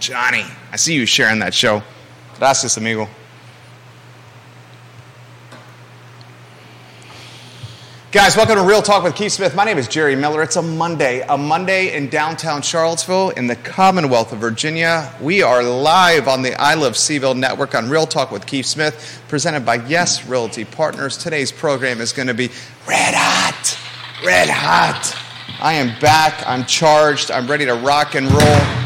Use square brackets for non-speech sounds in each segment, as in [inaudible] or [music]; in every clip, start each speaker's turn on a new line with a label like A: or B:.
A: Johnny, I see you sharing that show. Gracias, amigo. Guys, welcome to Real Talk with Keith Smith. My name is Jerry Miller. It's a Monday, a Monday in downtown Charlottesville in the Commonwealth of Virginia. We are live on the I Love Seville network on Real Talk with Keith Smith, presented by Yes Realty Partners. Today's program is going to be red hot, red hot. I am back, I'm charged, I'm ready to rock and roll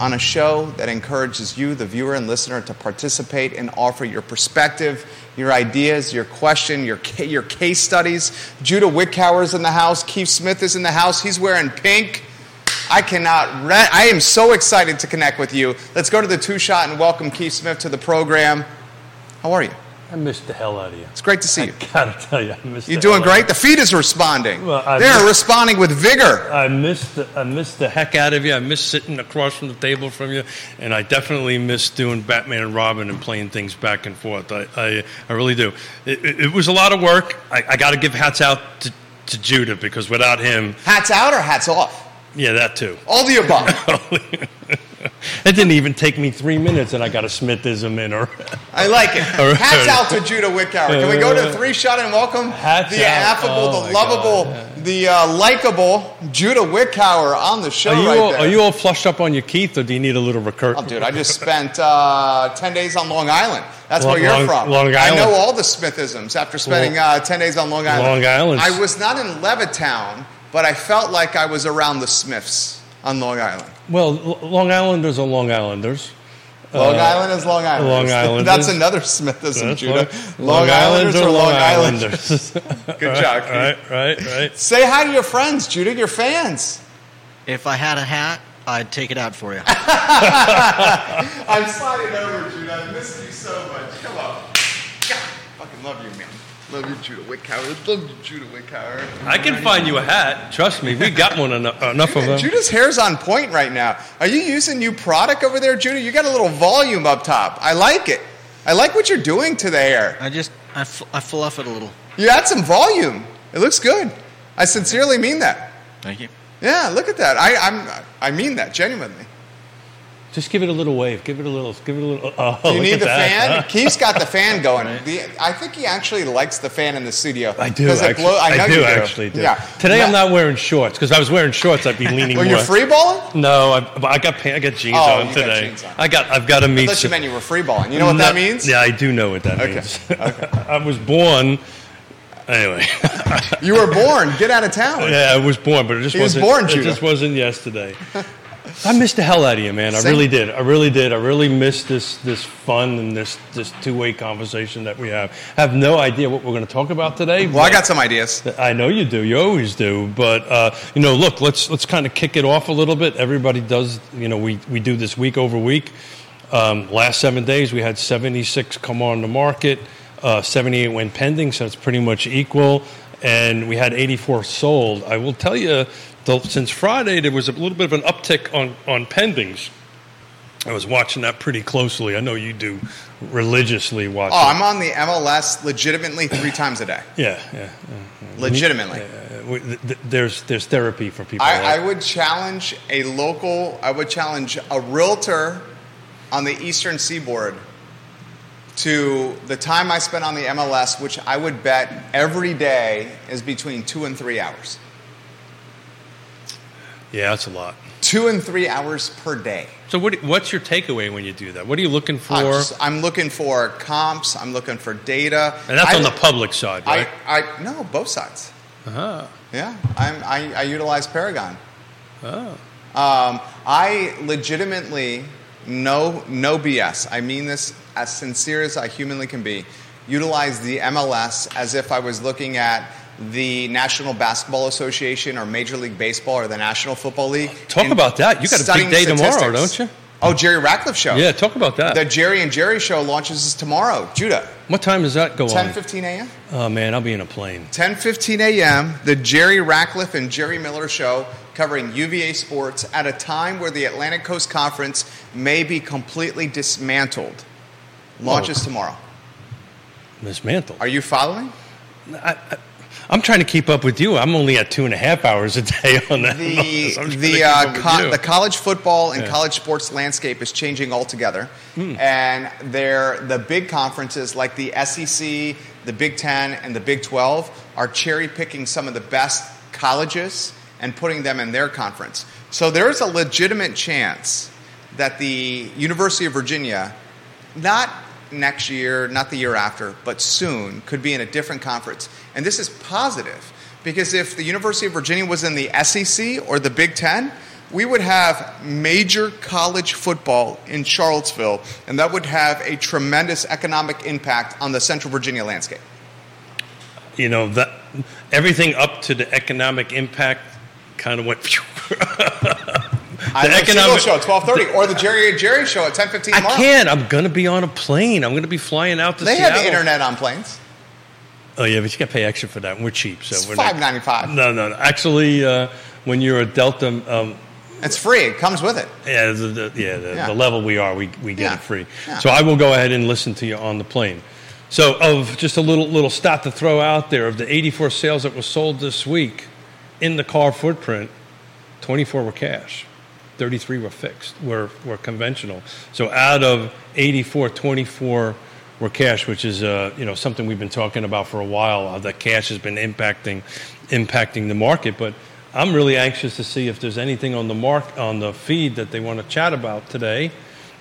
A: on a show that encourages you, the viewer and listener, to participate and offer your perspective, your ideas, your question, your, ca- your case studies. Judah Wickhauer is in the house. Keith Smith is in the house. He's wearing pink. I cannot. Re- I am so excited to connect with you. Let's go to the two shot and welcome Keith Smith to the program. How are you?
B: I missed the hell out of you. [laughs]
A: It's great to see you.
B: Gotta tell you, I missed.
A: You're
B: the
A: doing
B: hell out
A: great. The feet is responding.
B: Well, I-
A: They're responding with vigor.
B: of you. I missed. The, I missed the heck out of you. I missed sitting across from the table from you, and I definitely missed doing Batman and Robin and playing things back and forth. I, I, I really do. It, it, it was a lot of work. I, I got to give hats out to, to Judah because without him,
A: Hats out or hats off?
B: yeah, that too.
A: All the above.
B: it didn't even take me three minutes, and I got a Smithism in [laughs] or.
A: I like it.
B: All right.
A: Hats out to Judah Wickhauer. Can we go to the three shot and welcome
B: Hats
A: the
B: out.
A: affable,
B: Oh
A: the
B: my
A: lovable, the uh, likable Judah Wickhauer on the show
B: Are you,
A: right
B: all,
A: there.
B: are you all flushed up on your Keith, or do you need a little recur?
A: Oh, dude, I just spent uh, 10 days on Long Island. That's
B: Long-
A: where you're
B: Long-
A: from.
B: Long
A: I know
B: Island.
A: all the Smithisms after spending uh, 10 days on Long Island.
B: Long Island.
A: I was not in Levittown, but I felt like I was around the Smiths on Long Island.
B: Well, L- Long Islanders are Long Islanders.
A: Long Island is Long Island.
B: Uh, Long Islanders.
A: [laughs] That's another Smithism,
B: That's
A: Judah.
B: right.
A: Long, Islanders or Long Islanders? [laughs] Good job, Keith.
B: right, right, right.
A: Say hi to your friends, Judah, your fans.
C: If I had a hat, I'd take it out for [laughs] you.
A: I'm sliding over, Judah. I miss you so much. Come on. God, fucking love you, man. Love you, Judah Wickhauer. Love you, Judah Wickhauer.
B: I can find you a hat. Trust me, we got one enough, enough of
A: Man,
B: them.
A: Judah's hair's on point right now. Are you using new product over there, Judah? You got a little volume up top. I like it. I like what you're doing to the hair.
C: I just, I, f- I fluff it a little.
A: You add some volume. It looks good. I sincerely mean that.
C: Thank you.
A: Yeah, look at that. I, I'm, I mean that genuinely.
B: Just give it a little wave. Give it a little. Give it a little. Oh,
A: you
B: look
A: need
B: at
A: the
B: that,
A: fan?
B: huh?
A: Keith's got the
B: [laughs]
A: fan going. The, I think he actually likes the fan in the studio.
B: I do.
A: 'Cause it
B: Actually,
A: blow- I, know
B: do,
A: you do
B: actually do.
A: Yeah.
B: Today I'm
A: Ma-
B: not wearing shorts because I was wearing shorts. I'd be
A: [laughs]
B: leaning
A: Well,
B: more.
A: you're free balling?
B: No, I, but I got pants. I got jeans
A: Oh,
B: on
A: you got
B: today.
A: jeans on.
B: I got. I've got to meet.
A: Unless you
B: some-
A: meant you were free balling. You know what that
B: No-
A: means?
B: Yeah, I do know what that
A: Okay,
B: means. [laughs] I was born.
A: [laughs]
B: Anyway,
A: You were born. Get
B: [laughs]
A: out of town.
B: yeah, I was born, but it just
A: He was
B: wasn't.
A: born,
B: it
A: Judah.
B: just wasn't
A: [laughs]
B: yesterday. I missed the hell out of you, man. I
A: Same.
B: really did. I really did. I really missed this this fun and this this two way conversation that we have. I have no idea what we're going to talk about today.
A: Well, I
B: but-
A: got some ideas.
B: I know you do. You always do. But uh, you know, look, let's let's kind of kick it off a little bit. Everybody does. You know, we we do this week over week. Um, last seven days, we had 76 come on the market. Uh, 78 went pending, so it's pretty much equal. And we had 84 sold. I will tell you, the, since Friday, there was a little bit of an uptick on on pendings. I was watching that pretty closely. I know you do religiously watch.
A: Oh,
B: it.
A: I'm on the MLS legitimately three times a day.
B: yeah, yeah. yeah.
A: Legitimately.
B: Uh, we, th- th- there's there's therapy for people.
A: I, I
B: right?
A: would challenge a local, I would challenge a realtor on the Eastern Seaboard to the time I spent on the MLS, which I would bet every day is between two and three hours.
B: yeah, that's a lot.
A: Two and three hours per day.
B: So what, do- what's your takeaway when you do that? What are you looking for?
A: I'm, just- I'm looking for comps, I'm looking for data.
B: and that's
A: I-
B: on the public side, right?
A: I, I, no, both sides.
B: uh-huh.
A: Yeah, I'm, I, I utilize Paragon. Oh. Um, I legitimately, no, no BS. I mean this as sincere as I humanly can be. Utilize the MLS as if I was looking at the National Basketball Association or Major League Baseball or the National Football League.
B: Talk
A: and
B: about that. You got a big
A: studying
B: day tomorrow,
A: statistics.
B: don't you?
A: Oh, Jerry Ratcliffe show.
B: Yeah, talk about that.
A: The Jerry and Jerry show launches is tomorrow. Judah,
B: what time does that go
A: ten
B: on?
A: fifteen a.m.
B: Oh man, I'll be in a plane.
A: 10:15 a.m. The Jerry Ratcliffe and Jerry Miller show covering UVA sports at a time where the Atlantic Coast Conference may be completely dismantled. Launches tomorrow.
B: Dismantled.
A: Are you following?
B: I, I, I'm trying to keep up with you. I'm only at two and a half hours a day [laughs] on that.
A: the
B: Moses. I'm trying to
A: the
B: keep
A: uh,
B: up with
A: co-
B: you.
A: the college football and
B: Yeah. Hmm.
A: college sports landscape is changing altogether, and they're, the big conferences like the SEC, the Big Ten, and the Big Twelve are cherry picking some of the best colleges and putting them in their conference. So there is a legitimate chance that the University of Virginia, not next year, not the year after, but soon, could be in a different conference. And this is positive because if the University of Virginia was in the SEC or the Big Ten, we would have major college football in Charlottesville, and that would have a tremendous economic impact on the Central Virginia landscape.
B: you know that everything up to the economic impact kind of went. [laughs] the
A: I have a show at twelve
B: [laughs]
A: thirty, or the Jerry and Jerry show at ten fifteen
B: I
A: tomorrow.
B: can't. I'm going to be on a plane. I'm going to be flying out to
A: They
B: Seattle.
A: have the internet on planes.
B: Oh yeah, but you got to pay extra for that. and We're cheap, so
A: It's
B: we're
A: five
B: not-
A: ninety five.
B: [laughs] No, no, no. Actually, uh, when you're a Delta, um,
A: It's free. It comes with it.
B: yeah, the, the, yeah, the,
A: Yeah.
B: the level we are, we, we get
A: Yeah.
B: it free.
A: Yeah.
B: So I will go ahead and listen to you on the plane. So of just a little little stat to throw out there of the 84 sales that were sold this week in the car footprint, 24 were cash, 33 were fixed, were were conventional. So out of 84, 24 were cash, which is uh, you know something we've been talking about for a while. How that cash has been impacting impacting the market, but I'm really anxious to see if there's anything on the mark on the feed that they want to chat about today.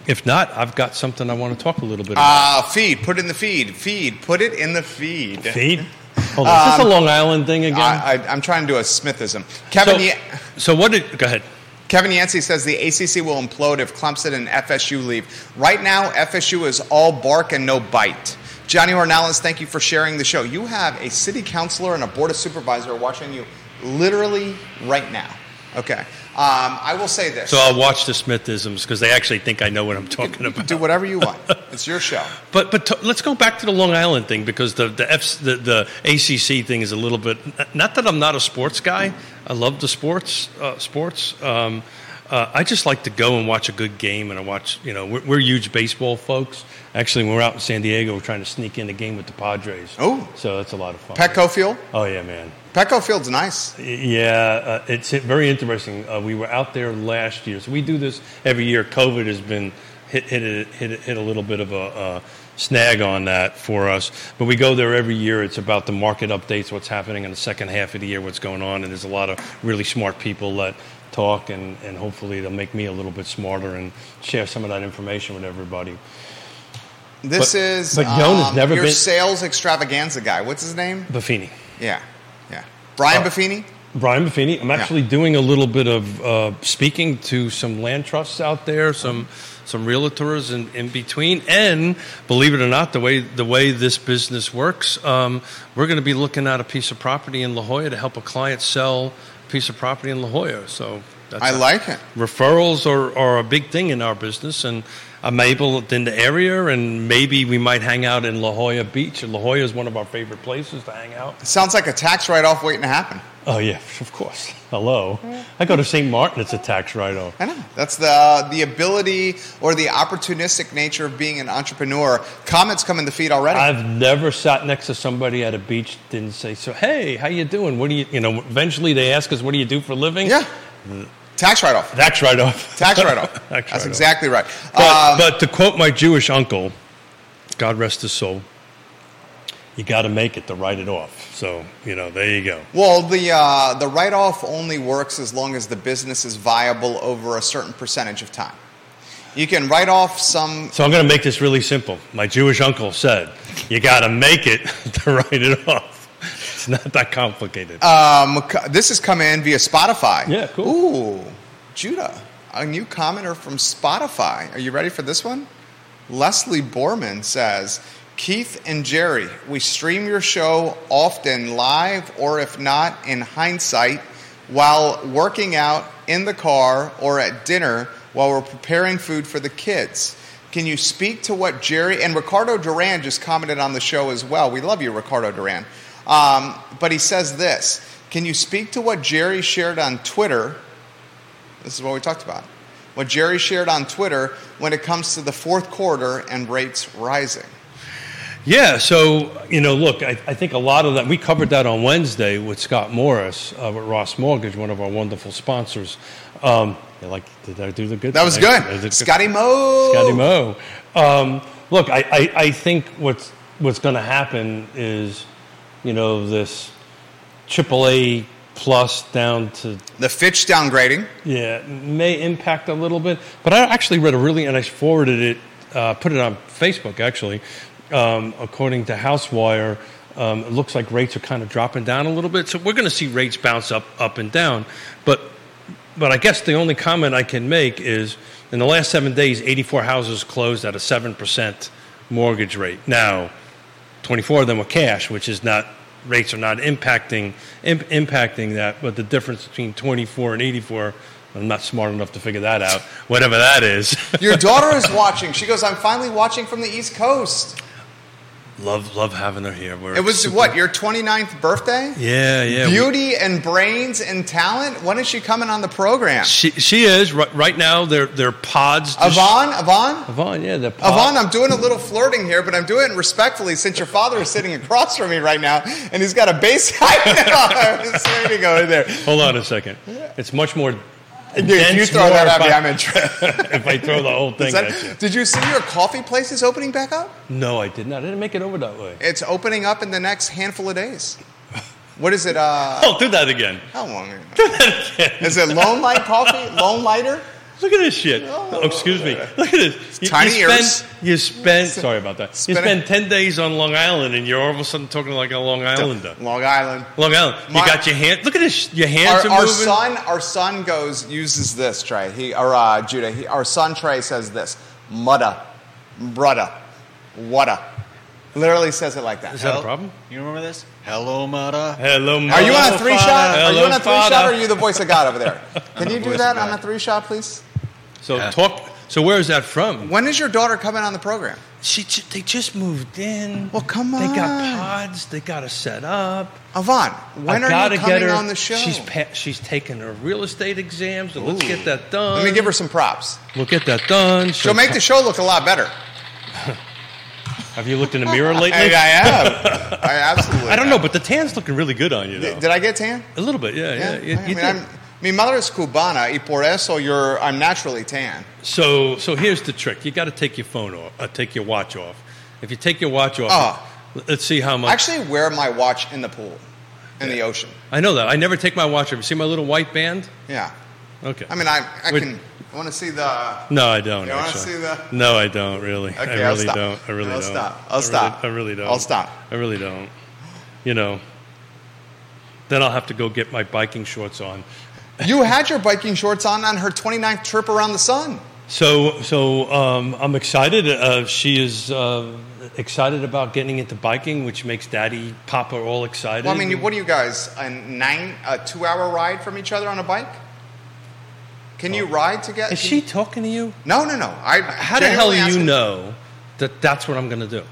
B: If not, I've got something I want to talk a little bit about.
A: Uh, feed. Put it in the feed. Feed. Put it in the feed.
B: feed. Hold on, is this a Long Island thing again?
A: Uh, um, I, I, I'm trying to do a Smithism. Kevin,
B: so,
A: Ye-
B: so what did? Go ahead.
A: Kevin Yancey says the ACC will implode if Clemson and FSU leave. Right now, FSU is all bark and no bite. Johnny Hornalis, thank you for sharing the show. You have a city councilor and a board of supervisor watching you literally right now. Okay. Um, I will say this.
B: So I'll watch the Smithisms because they actually think I know what I'm talking about.
A: do whatever you want. It's your show.
B: But but to, let's go back to the Long Island thing because the the, F, the the ACC thing is a little bit. Not that I'm not a sports guy. I love the sports uh, sports. Um, uh, I just like to go and watch a good game, and I watch. You know, we're, we're huge baseball folks. Actually, when we're out in San Diego, we're trying to sneak in a game with the Padres.
A: Oh.
B: so that's a lot of fun.
A: Petco Field.
B: oh yeah, man.
A: Petco Field's nice.
B: Yeah, uh, it's very interesting. Uh, we were out there last year, so we do this every year. COVID has been hit hit a- hit, a- hit a little bit of a uh, snag on that for us, but we go there every year. It's about the market updates, what's happening in the second half of the year, what's going on, and there's a lot of really smart people that talk, and and hopefully they'll make me a little bit smarter and share some of that information with everybody.
A: This
B: But-
A: is
B: but Yona's
A: um,
B: never
A: your
B: been-
A: sales extravaganza guy. What's his name?
B: Buffini.
A: Yeah, yeah. Brian
B: Oh.
A: Buffini.
B: Brian Buffini. I'm actually doing a little bit of uh, speaking to some land trusts out there, some some realtors in, in between, and believe it or not, the way the way this business works, um, we're going to be looking at a piece of property in La Jolla to help a client sell a piece of property in La Jolla. So that's
A: I
B: a-
A: like it.
B: referrals are, are a big thing in our business and I'm able in the area and maybe we might hang out in La Jolla Beach. La Jolla is one of our favorite places to hang out.
A: Sounds like a tax write-off waiting to happen.
B: Oh yeah, of course. Hello. I go to St. Martin. It's a tax write-off.
A: I know. That's the the ability or the opportunistic nature of being an entrepreneur. Comments come in the feed already.
B: I've never sat next to somebody at a beach didn't say, "So hey, how you doing? What do you you know?" Eventually, they ask us, "What do you do for a living?"
A: yeah. Tax write-off.
B: tax write-off. [laughs]
A: Tax write-off.
B: Tax
A: That's
B: write-off.
A: exactly right.
B: But,
A: Um,
B: but to quote my Jewish uncle, God rest his soul, you got to make it to write it off. So you know, there you go.
A: well, the uh, the write-off only works as long as the business is viable over a certain percentage of time. You can write off some.
B: So I'm going to make this really simple. My Jewish uncle said, "You got to make it [laughs] to write it off." It's not that complicated.
A: Um, co- this has come in via Spotify.
B: Yeah, cool.
A: Ooh, Judah, a new commenter from Spotify. Are you ready for this one? Leslie Borman says, Keith and Jerry, we stream your show often live or if not in hindsight while working out in the car or at dinner while we're preparing food for the kids. Can you speak to what Jerry and Ricardo Duran just commented on the show as well? We love you, Ricardo Duran. Um, but he says this Can you speak to what Jerry shared on Twitter this is what we talked about. What Jerry shared on Twitter when it comes to the fourth quarter and rates rising.
B: Yeah, so, you know, look, I, I think a lot of that, we covered that on Wednesday with Scott Morris, uh, with Ross Mortgage, one of our wonderful sponsors. Um, I like, did I do the good?
A: That was
B: I- I did
A: good. Scotty Moe.
B: Scotty Moe. Um, look, I, I, I think what's what's going to happen is, you know, this AAA plus down to
A: The Fitch downgrading.
B: yeah may impact a little bit. But I actually read a really and I forwarded it, uh, put it on Facebook actually. Um, according to Housewire, um, it looks like rates are kind of dropping down a little bit. So we're going to see rates bounce up up and down, but but I guess the only comment I can make is in the last seven days, 84 houses closed at a 7% mortgage rate. Now, 24 of them were cash, which is not, rates are not impacting, imp- impacting that, but the difference between 24 and 84, I'm not smart enough to figure that out, [laughs] whatever that is. [laughs]
A: Your daughter is watching. She goes, I'm finally watching from the East Coast.
B: love, love having her here. We're
A: It was
B: super-
A: what, your 29th birthday?
B: Yeah, yeah. we-
A: Beauty and brains and talent. When is she coming on the program?
B: she, she is, right, right now, they're, they're pods. dis-
A: Yvonne, Yvonne?
B: Yvonne, yeah, they're pod-
A: Yvonne, I'm doing a little flirting here, but I'm doing it respectfully since your father is sitting across from me right now and he's got a bass. [laughs] I know. I'm just waiting to go in there.
B: Hold on a second. It's much more.
A: Dude, if you
B: dense
A: throw that at
B: more if
A: me,
B: I-
A: I'm in trouble.
B: [laughs] if I throw the whole thing
A: Is that-
B: at you.
A: Did you see your coffee places opening back up?
B: No, I did not. I didn't make it over that way.
A: It's opening up in the next handful of days. What is it? Uh,
B: Oh, do that again.
A: how long?
B: [laughs]
A: Is it Lone Light Coffee? Lone Lighter?
B: Look at this shit. Oh, excuse me. Look at this. You,
A: tiny
B: you spend,
A: ears.
B: You spend. Sorry about that. You
A: Spin it.
B: spend ten days on Long Island, and you're all of a sudden talking like a Long Islander.
A: Long Island.
B: Long Island. You
A: My-
B: got your hand. Look at this. Your hands
A: Our,
B: are
A: our
B: moving.
A: son, our son goes uses this Trey. He or uh, Judah. He, our son Trey says this. Mudda, brudda, wada. Literally says it like
B: Is
A: that.
B: that
C: Hel-
B: a problem?
C: You remember this? Hello, Mata.
B: Hello,
A: Are you on a
B: Mother
A: three
B: Father.
A: shot? Are you
B: Hello,
A: on a three shot? Or
B: Father.
A: are you the voice of God over
B: [laughs]
A: there? Can you do
C: voice
A: that
C: of
A: on a
C: God.
A: three shot, please?
B: So talk. So where is that from?
A: When is your daughter coming on the program?
B: She, ju- they just moved in.
A: Well, come
B: They
A: on.
B: got pods. They got to set up.
A: Yvonne, when
B: I
A: are
B: gotta
A: you coming
B: get her,
A: on the show?
B: She's pa- she's taking her real estate exams, so let's
A: Ooh.
B: get that done.
A: Let me give her some props.
B: We'll get that done.
A: She'll make the show look a lot better.
B: Have you looked in the
A: [laughs]
B: mirror lately? [laughs]
A: Hey, I am. I absolutely.
B: I don't
A: am.
B: know, but the tan's looking really good on you, though.
A: Did, did I get tan?
B: a little bit, yeah, yeah. you-
A: I
B: you
A: mean,
B: did.
A: I'm, mi madre es cubana y por eso you're, I'm naturally tan.
B: So, so here's the trick: you got to take your phone off, uh, take your watch off. If you take your watch off,
A: Ah.
B: l- let's see how much.
A: I actually wear my watch in the pool, in the ocean.
B: I know that I never take my watch off. You see my little white band?
A: Yeah.
B: Okay.
A: I mean, I, I
B: Would-
A: can. I want to see the.
B: no, I don't.
A: You wanna
B: actually.
A: see the-
B: No, I don't really.
A: Okay,
B: I
A: I'll
B: really
A: stop.
B: don't. I really
A: I'll
B: don't.
A: stop. I'll
B: I really-
A: stop.
B: I really don't.
A: I'll stop.
B: I really don't. You know. Then I'll have to go get my biking shorts on.
A: You had your biking shorts on on her 29th trip around the sun.
B: So, so um, I'm excited. Uh, she is uh, excited about getting into biking, which makes Daddy, Papa all excited.
A: Well, I mean, what are you guys? A nine, a two-hour ride from each other on a bike? Can you ride together?
B: Oh. is she talking to you?
A: No, no, no. I.
B: How the
A: genuinely
B: hell do you
A: asking-
B: know that that's what I'm going to do?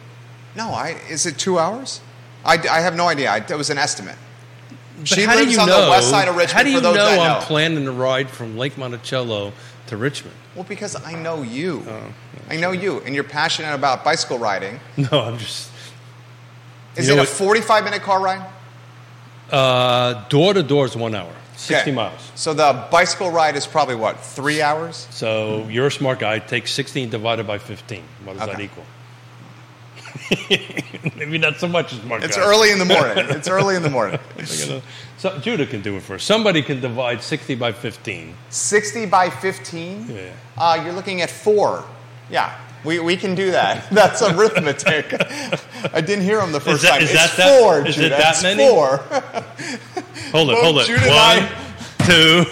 A: No, I. Is it two hours? I, I have no idea. I, that was an estimate.
B: But
A: she
B: how
A: lives
B: do you
A: on
B: know,
A: the west side of Richmond.
B: How do you
A: for those
B: know
A: that
B: I'm
A: know.
B: planning to ride from Lake Monticello to Richmond? [laughs]
A: Well, because I know you.
B: Oh,
A: I know you, and you're passionate about bicycle riding.
B: No, I'm just
A: Is
B: You know
A: it a
B: what-
A: 45 minute car ride?
B: uh, door to door is one hour,
A: Okay.
B: sixty miles.
A: So the bicycle ride is probably what three hours?
B: So you're a smart guy. Take 16 divided by 15. What does that
A: Okay.
B: equal? [laughs] Maybe not so much a smart
A: It's
B: guy.
A: early in the morning. It's early in the
B: [laughs]
A: morning.
B: You know, So Judah can do it first. Somebody can divide 60 by 15.
A: 60 by 15?
B: Yeah.
A: Uh, you're looking at four. Yeah, we, we can do that. [laughs] That's arithmetic. I didn't hear him the first
B: that-
A: time.
B: is
A: it's
B: that that-
A: four,
B: is it
A: Judah.
B: that
A: it's
B: many?
A: four. [laughs]
B: Hold it,
A: Well,
B: hold it.
A: Judah and
B: One,
A: I-
B: two,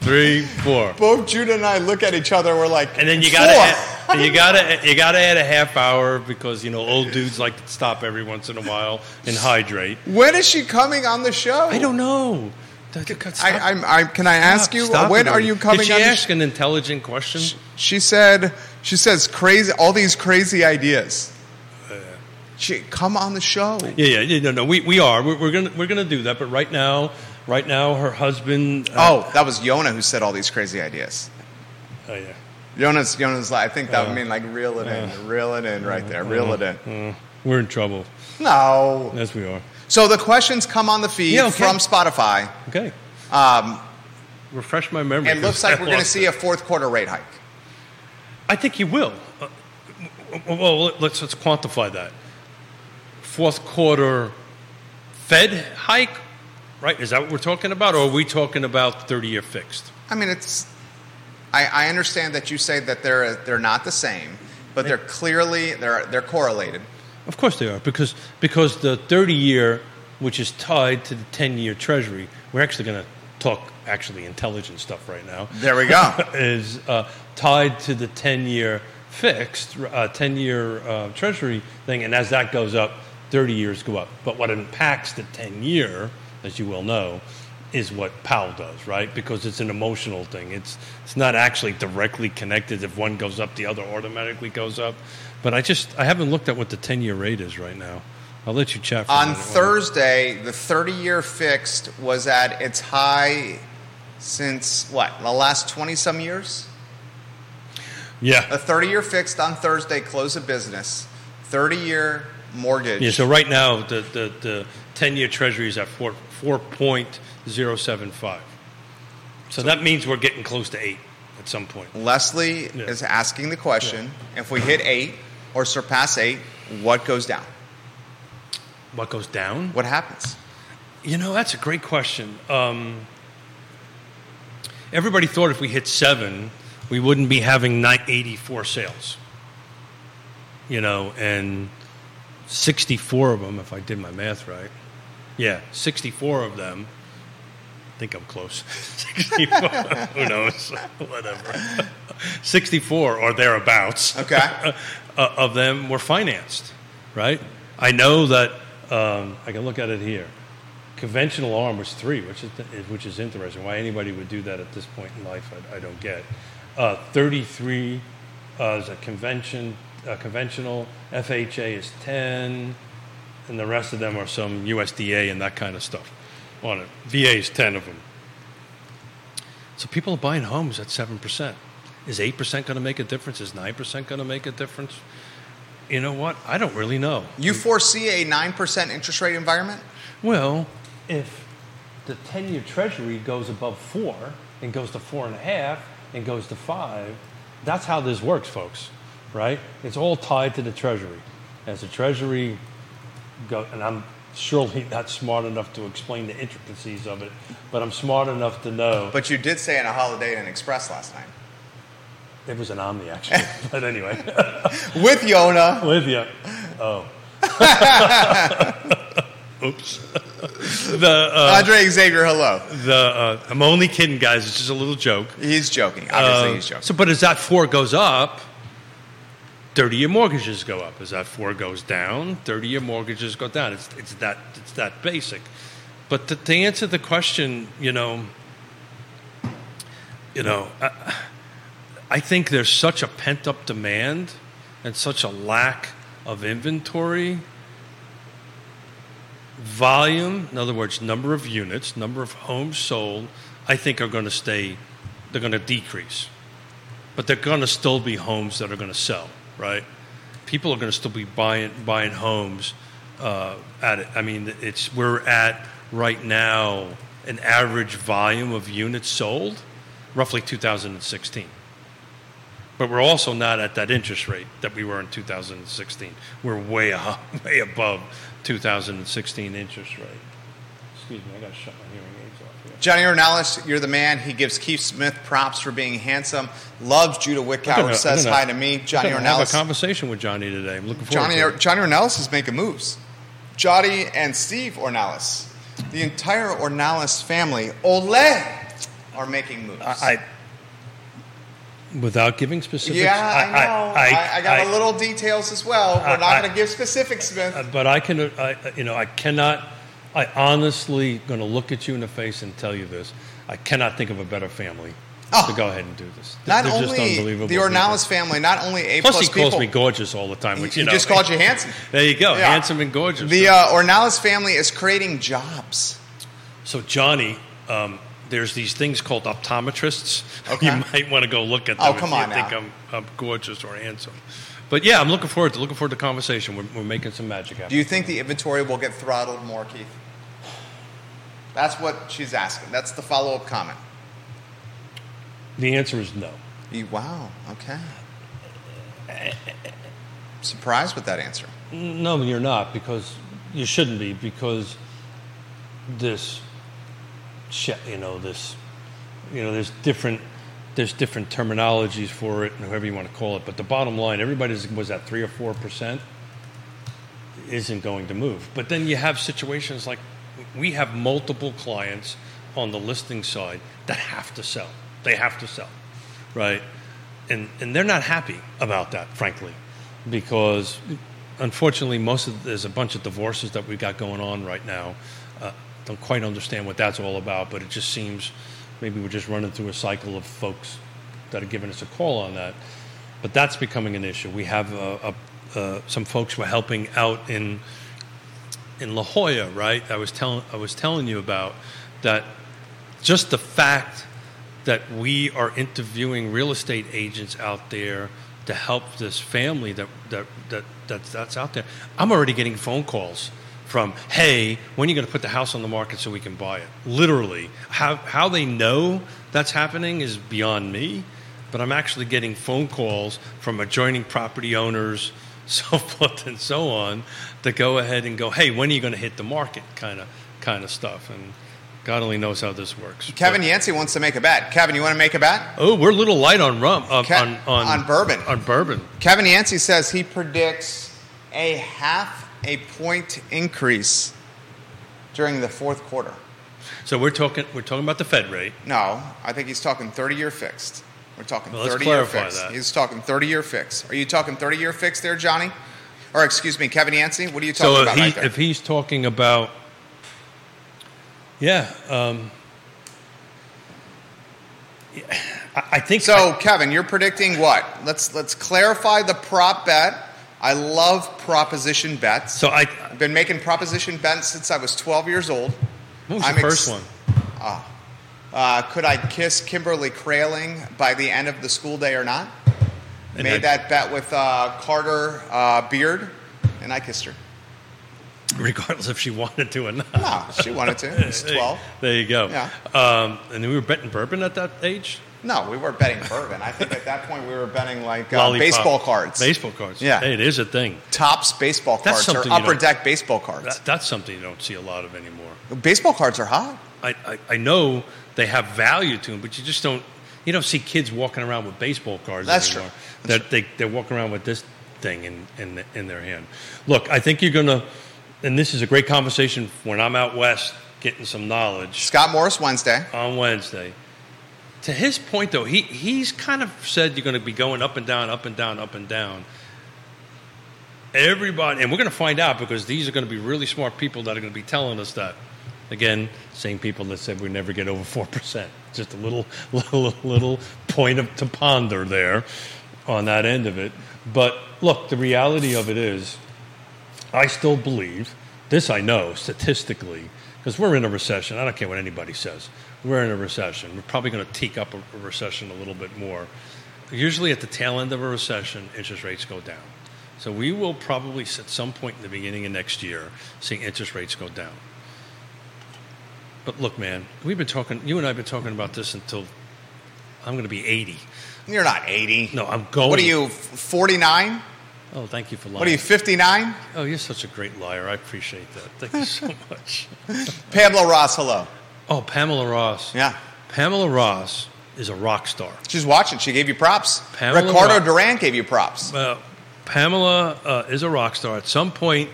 B: three, four.
A: Both Judah and I look at each other. We're like,
B: And then you
A: "Four."
B: gotta add, you gotta you gotta add a half hour because you know old dudes like to stop every once in a while and hydrate.
A: When is she coming on the show?
B: I don't know. That- that-
A: I,
B: stop-
A: I'm, I, can I ask
B: stop,
A: you
B: stop
A: when
B: it
A: are
B: already.
A: you coming?
B: Did she
A: on the
B: ask
A: sh-
B: an intelligent question?
A: she said she says crazy all these crazy ideas. She come on the show.
B: Yeah, yeah, yeah, no, no. We, we are. We're, we're gonna we're gonna do that. But right now, right now, her husband. Uh,
A: Oh, that was Yona who said all these crazy ideas.
B: oh, yeah.
A: Yona's Yona's like I think that would mean like reel it in, reel it in right there, reel it in.
B: We're in trouble.
A: No.
B: Yes, we are.
A: So the questions come on the feed
B: Yeah, okay.
A: from Spotify.
B: Okay.
A: Um,
B: Refresh my memory.
A: and it looks
B: 'cause
A: like
B: I
A: we're
B: [laughs]
A: going to
B: lost
A: see
B: it.
A: a fourth quarter rate hike.
B: I think you will. Uh, Well, let- let's, let's quantify that. Fourth quarter Fed hike, right? Is that what we're talking about? Or are we talking about 30 year fixed?
A: I mean, it's. I, I understand that you say that they're they're not the same, but they're clearly they're they're correlated.
B: Of course they are, because, because the 30 year, which is tied to the 10 year Treasury, we're actually going to talk actually intelligent stuff right now.
A: There we go.
B: is uh, tied to the 10 year fixed, uh, 10 year uh, treasury thing. And as that goes up, 30 years go up. But what impacts the 10 year, as you well know, is what Powell does, right? Because it's an emotional thing. It's, it's not actually directly connected. If one goes up, the other automatically goes up. But I just, I haven't looked at what the 10 year rate is right now. I'll let you chat for
A: [laughs]
B: a
A: On
B: minute.
A: Thursday, the 30 year fixed was at its high since what, the last 20 some years? A
B: Yeah.
A: 30 year fixed on Thursday, close of business. 30 year mortgage.
B: Yeah, so right now, the, the, the 10 year Treasury is at four, 4.075. So, that means we're getting close to 8 at some point.
A: Leslie
B: Yeah.
A: is asking the question if we hit eight or surpass eight, what goes down?
B: What goes down?
A: What happens?
B: You know, that's a great question. Um, everybody thought if we hit 7, we wouldn't be having ni- 84 sales. You know, and 64 of them, if I did my math right. Yeah, 64 of them. I think I'm close. [laughs] 64. Who knows? [laughs] Whatever. [laughs] 64 or thereabouts.
A: Okay.
B: [laughs] uh, of them were financed, right? I know that um, I can look at it here. Conventional arm was three, which is which is interesting. Why anybody would do that at this point in life, I, I don't get. Uh, Thirty-three uh, is a convention, uh, conventional FHA is ten and the rest of them are some USDA and that kind of stuff on it. VA is 10 of them. So people are buying homes at 7%. Is 8% going to make a difference? Is 9% going to make a difference? You know what? I don't really know.
A: You foresee a 9% interest rate environment?
B: Well, if the 10 year treasury goes above four and goes to four and a half and goes to five, that's how this works, folks, right? It's all tied to the treasury. As the treasury go, and I'm surely not smart enough to explain the intricacies of it, but I'm smart enough to know
A: But you did say in a Holiday Inn Express last night.
B: it was an omni actually. [laughs] but anyway.
A: With Yona.
B: with you. Oh. Oops. the uh,
A: Andre Xavier, hello.
B: the uh, I'm only kidding, guys. It's just a little joke.
A: He's joking. Obviously,
B: Uh,
A: he's joking.
B: So, but as that four goes up, thirty-year mortgages go up. As that four goes down, thirty-year mortgages go down. It's it's that it's that basic. But to, to answer the question, you know, you know, I, I think there's such a pent-up demand and such a lack of inventory. Volume, in other words, number of units, number of homes sold, I think are going to stay. They're going to decrease but they're going to still be homes that are going to sell, right? People are going to still be buying buying homes uh, at it. I mean, it's we're at right now an average volume of units sold, roughly 2016. But we're also not at that interest rate that we were in 2016. We're way a- [laughs] way above 2016 interest rate. Excuse me, I got to shut my hearing aids off here.
A: Johnny Ornelas, you're the man. He gives Keith Smith props for being handsome. Loves Judah
B: I'm
A: Wickhauer.
B: gonna-
A: Says
B: I'm gonna-
A: hi to me. Johnny
B: I'm gonna Have a
A: Ornelas.
B: conversation with Johnny today. I'm looking forward
A: Johnny
B: to it.
A: Johnny Ornelas is making moves. Johnny and Steve Ornelas, the entire Ornelas family, Ole, are making moves.
B: I, I without giving specifics.
A: yeah, I, know. I, I got a little details as well. We're
B: I-
A: not going to give specifics, Smith.
B: uh, But I can, I, you know, I cannot. I honestly going to look at you in the face and tell you this. I cannot think of a better family
A: Oh.
B: to go ahead and do this. They're-
A: not
B: They're
A: only
B: just unbelievable.
A: the
B: people.
A: Ornelas family, not only A
B: Plus,
A: plus
B: he calls
A: people.
B: me gorgeous all the time, which
A: He
B: you know.
A: just called
B: [laughs]
A: you handsome.
B: There you go,
A: Yeah.
B: handsome and gorgeous.
A: the uh, Ornelas family is creating jobs.
B: So Johnny, um, there's these things called optometrists. [laughs]
A: Okay.
B: You might want to go look at
A: Oh,
B: them
A: come
B: if you
A: on now.
B: think I'm, I'm gorgeous or handsome. But yeah, I'm looking forward to looking forward to conversation. We're, we're making some magic happen.
A: Do you think the inventory will get throttled more, Keith? That's what she's asking. That's the follow up comment.
B: the answer is no.
A: You, wow. Okay. Surprised with that answer.
B: No, you're not because you shouldn't be because this shit, you know, this, you know, there's different, there's different terminologies for it and whoever you want to call it. But the bottom line, everybody was at three or four percent isn't going to move. But then you have situations like we have multiple clients on the listing side that have to sell. They have to sell, right? And and they're not happy about that, frankly, because unfortunately, most of there's a bunch of divorces that we've got going on right now. Uh, don't quite understand what that's all about, but it just seems maybe we're just running through a cycle of folks that are giving us a call on that. But that's becoming an issue. We have uh a, uh, some folks who are helping out in in La Jolla, right? I was telling I was telling you about that. Just the fact that we are interviewing real estate agents out there to help this family that that that that's, that's out there. I'm already getting phone calls from, "Hey, when are you going to put the house on the market so we can buy it?" Literally, how how they know that's happening is beyond me but I'm actually getting phone calls from adjoining property owners, [laughs] so forth and so on, to go ahead and go, hey, when are you going to hit the market? Kind of, kind of stuff. And God only knows how this works.
A: Kevin Yancey wants to make a bet. Kevin, you want to make a bet?
B: But- oh, we're a little light on rum uh,
A: Ke-
B: on, on
A: on bourbon.
B: on bourbon.
A: Kevin Yancey says he predicts a half a point increase during the fourth quarter.
B: So we're talking we're talking about the Fed rate.
A: No, I think he's talking 30 year fixed. We're talking
B: Well, let's
A: 30 year
B: clarify
A: fixed.
B: that.
A: He's talking 30 year fixed. Are you talking 30 year fixed there, Johnny? Or excuse me, Kevin Yancey? What are you talking
B: So if,
A: about
B: he,
A: right there?
B: if he's talking about, yeah, um, yeah, I, I think
A: so, Kevin, you're predicting what? Let's let's clarify the prop bet. I love proposition bets.
B: So I
A: I've been making proposition bets since I was 12 years old.
B: what was
A: I'm
B: the
A: ex-
B: first one?
A: Uh, could I kiss Kimberly Kraling by the end of the school day or not?
B: And
A: Made
B: I-
A: that bet with uh, Carter uh, Beard, and I kissed her.
B: regardless if she wanted to or not.
A: No, she wanted to.
B: [laughs]
A: It was 12.
B: There you go.
A: Yeah.
B: Um, and we were betting bourbon at that age.
A: No, we were betting bourbon. I think at that point we were betting like uh, baseball cards.
B: Baseball cards.
A: Yeah.
B: Hey, it is a thing.
A: Tops baseball
B: That's
A: cards or
B: something you
A: upper
B: don't-
A: deck baseball cards.
B: That, that's something you don't see a lot of anymore.
A: baseball cards are hot.
B: I, I, I know they have value to them, but you just don't. You don't see kids walking around with baseball cards
A: That's
B: anymore.
A: true.
B: That they they're walking around with this thing in in in their hand. Look, I think you're gonna, and this is a great conversation when I'm out west getting some knowledge.
A: Scott Morris Wednesday.
B: on Wednesday. To his point, though, he, he's kind of said you're going to be going up and down, up and down, up and down. Everybody, and we're going to find out because these are going to be really smart people that are going to be telling us that. Again, same people that said we never get over four percent. Just a little, [laughs] little, little point of, to ponder there on that end of it. But look, the reality of it is, I still believe, this I know statistically, because we're in a recession. I don't care what anybody says. We're in a recession. We're probably going to teak up a, a recession a little bit more. Usually at the tail end of a recession, interest rates go down. So we will probably, at some point in the beginning of next year, see interest rates go down. But look, man, we've been talking, you and I have been talking about this until I'm going to be 80.
A: You're not 80.
B: No, I'm going.
A: What are you, 49?
B: Oh, thank you for lying.
A: What are you, 59?
B: Oh, you're such a great liar. I appreciate that. Thank you so [laughs] much.
A: Pablo Ross, hello.
B: Oh, Pamela Ross.
A: Yeah.
B: Pamela Ross is a rock star.
A: She's watching. She gave you props.
B: Pamela
A: Ricardo
B: Ross.
A: Duran gave you props.
B: Uh, Pamela uh, is a rock star. At some point,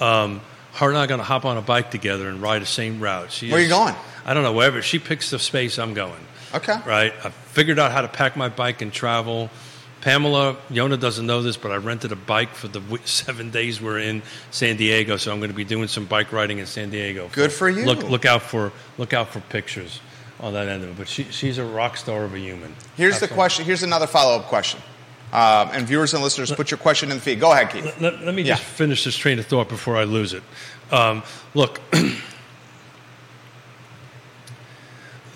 B: um, her and I are going to hop on a bike together and ride the same route. She
A: Where
B: is-
A: you going?
B: I don't know. Wherever she picks the space, I'm going.
A: Okay.
B: Right. I figured out how to pack my bike and travel. Pamela, Yona doesn't know this, but I rented a bike for the w- [laughs] seven days we're in San Diego, so I'm going to be doing some bike riding in San Diego.
A: Good for you.
B: Look, look out for look out for pictures on that end of it. But she, she's a rock star of a human.
A: Here's the
B: Absolutely.
A: question. Here's another follow up question. Um, and viewers and listeners, put your question in the feed. Go ahead, Keith.
B: Let, let me just
A: Yeah.
B: finish this train of thought before I lose it. Um, look,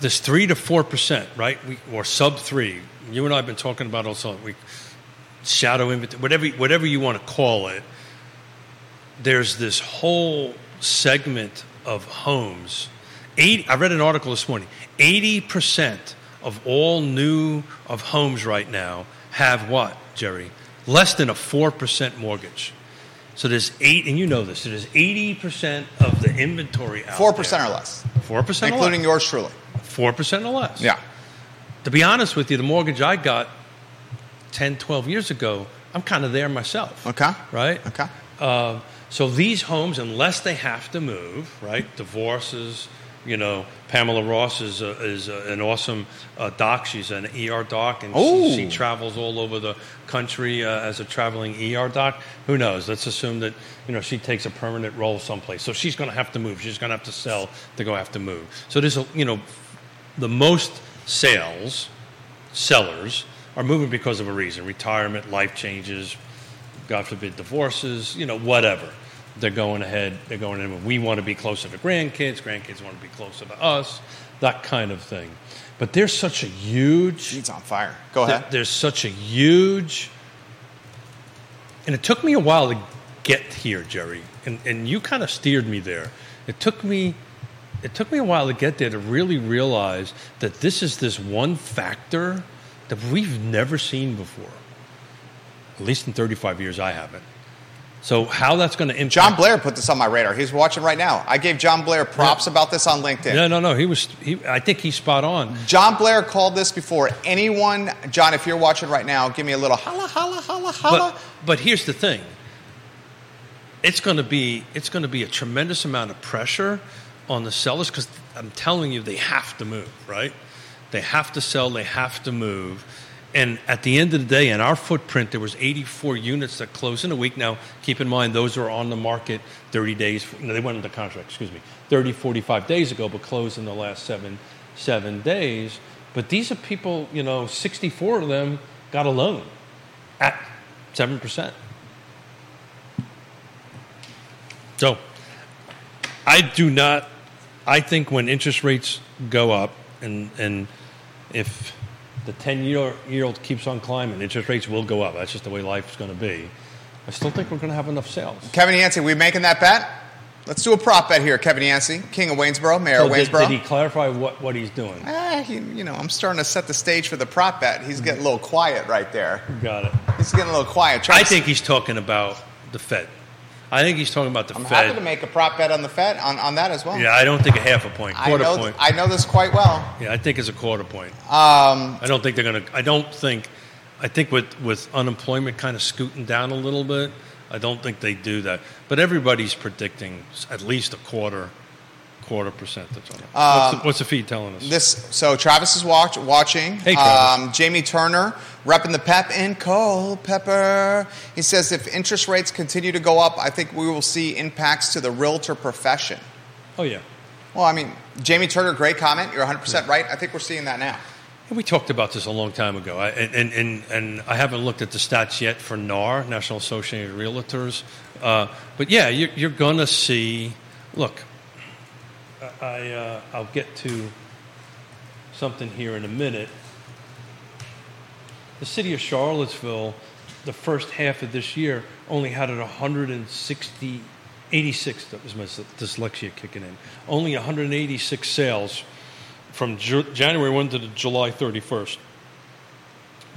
B: this three to four percent, right? We, or sub three. You and I have been talking about all summer. We shadow inventory, whatever whatever you want to call it. There's this whole segment of homes. Eight. I read an article this morning. Eighty percent of all new of homes right now have what, Jerry? Less than a four percent mortgage. So there's eight, and you know this. So there's eighty percent of the inventory out.
A: Four percent or less,
B: Four percent,
A: including yours truly.
B: four percent or less.
A: Yeah.
B: To be honest with you, the mortgage I got 10, 12 years ago, I'm kind of there myself.
A: Okay.
B: Right.
A: Okay.
B: Uh, so these homes, unless they have to move, right? Divorces, you know, Pamela Ross is, a, is a, an awesome uh, doc. She's an ER doc, and
A: Ooh.
B: she, she travels all over the country uh, as a traveling ER doc. Who knows? Let's assume that you know she takes a permanent role someplace. So she's going to have to move. She's going to have to sell to go have to move. So there's a, you know, the most sales sellers are moving because of a reason retirement, life changes, God forbid, divorces, you know, whatever. They're going ahead, they're going in. We want to be closer to grandkids, grandkids want to be closer to us, that kind of thing. But there's such a huge,
A: She's on fire. Go
B: there-
A: ahead.
B: there's such a huge, and it took me a while to get here, Jerry, and, and you kind of steered me there. It took me, it took me a while to get there to really realize that this is this one factor that we've never seen before. At least in 35 years, I haven't. So how that's going to impact?
A: John Blair put this on my radar. He's watching right now. I gave John Blair props about this on LinkedIn.
B: No, no, no. He was. He, I think he's spot on.
A: John Blair called this before anyone. John, if you're watching right now, give me a little holla, holla, holla, holla.
B: But, but here's the thing. It's going to be it's going to be a tremendous amount of pressure on the sellers because I'm telling you they have to move, right? They have to sell, they have to move, and at the end of the day, in our footprint, there was 84 units that closed in a week. Now, keep in mind those are on the market 30 days. No, they went under contract. Excuse me, 30, 45 days ago, but closed in the last seven seven days. But these are people, you know, 64 of them got a loan at seven percent. So, I do not. I think when interest rates go up, and and if the ten year yield keeps on climbing, interest rates will go up. That's just the way life is going to be. I still think we're going to have enough sales.
A: Kevin Yancey, we making that bet? Let's do a prop bet here, Kevin Yancey, King of Waynesboro, Mayor
B: So
A: of
B: Oh, did,
A: Waynesboro.
B: did he clarify what, what he's doing?
A: Ah, he, you know, I'm starting to set the stage for the prop bet. He's getting a little quiet right there.
B: Got it.
A: He's getting a little quiet. Try
B: I
A: to-
B: think he's talking about the Fed. I think he's talking about the
A: I'm happy to
B: Fed.
A: make a prop bet on the Fed on, on that as well.
B: Yeah, I don't think a half a point,
A: I
B: quarter
A: know,
B: point.
A: I know this quite well.
B: yeah, I think it's a quarter point.
A: Um,
B: I don't think they're going to. I don't think. I think with with unemployment kind of scooting down a little bit, I don't think they do that. But everybody's predicting s- at least a quarter, quarter percentage on it. what's, the, what's the feed telling us?
A: Um, this so Travis is watch, watching. Um,
B: Hey, Travis.
A: Jamie Turner repping the pep and Culpepper. He says if interest rates continue to go up, I think we will see impacts to the realtor profession.
B: oh yeah,
A: Well, I mean, Jamie Turner, great comment. You're 100 percent right. I think we're seeing that now.
B: we talked about this a long time ago, I, and, and and and I haven't looked at the stats yet for NAR, National Association of Realtors. Uh, but yeah, you're, you're going to see. Look, I- I uh, I'll get to something here in a minute. The city of Charlottesville, the first half of this year, only had it 160, 86, that was my dyslexia kicking in, only 186 sales from Ju- January 1 to the July 31st.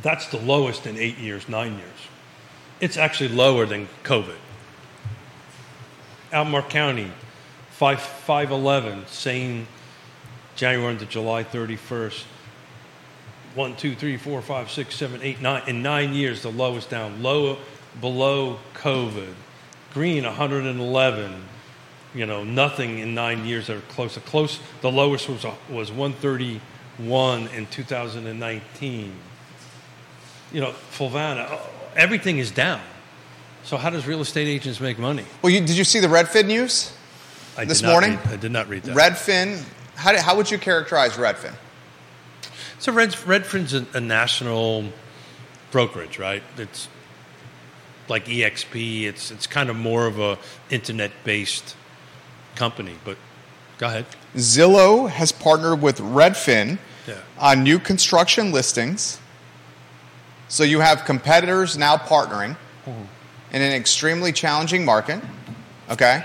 B: That's the lowest in eight years, nine years. It's actually lower than COVID. Almar County, 5, 511, same January 1 to July 31st one, two, three, four, five, six, seven, eight, nine. In nine years, the lowest down, low below COVID. Green, 111. You know, nothing in nine years that are close. The close, the lowest was was 131 in 2019. You know, Fulvana, uh, everything is down. So how does real estate agents make money?
A: Well, you, did you see the Redfin news?
B: I
A: This
B: did not
A: morning?
B: read- I did not read that.
A: Redfin. How, did, how would you characterize Redfin?
B: So Red, Redfin's a, a national brokerage, right? It's like EXP. It's it's kind of more of a internet based company. But go ahead.
A: Zillow has partnered with Redfin
B: Yeah.
A: on new construction listings. So you have competitors now partnering in an extremely challenging market. Okay.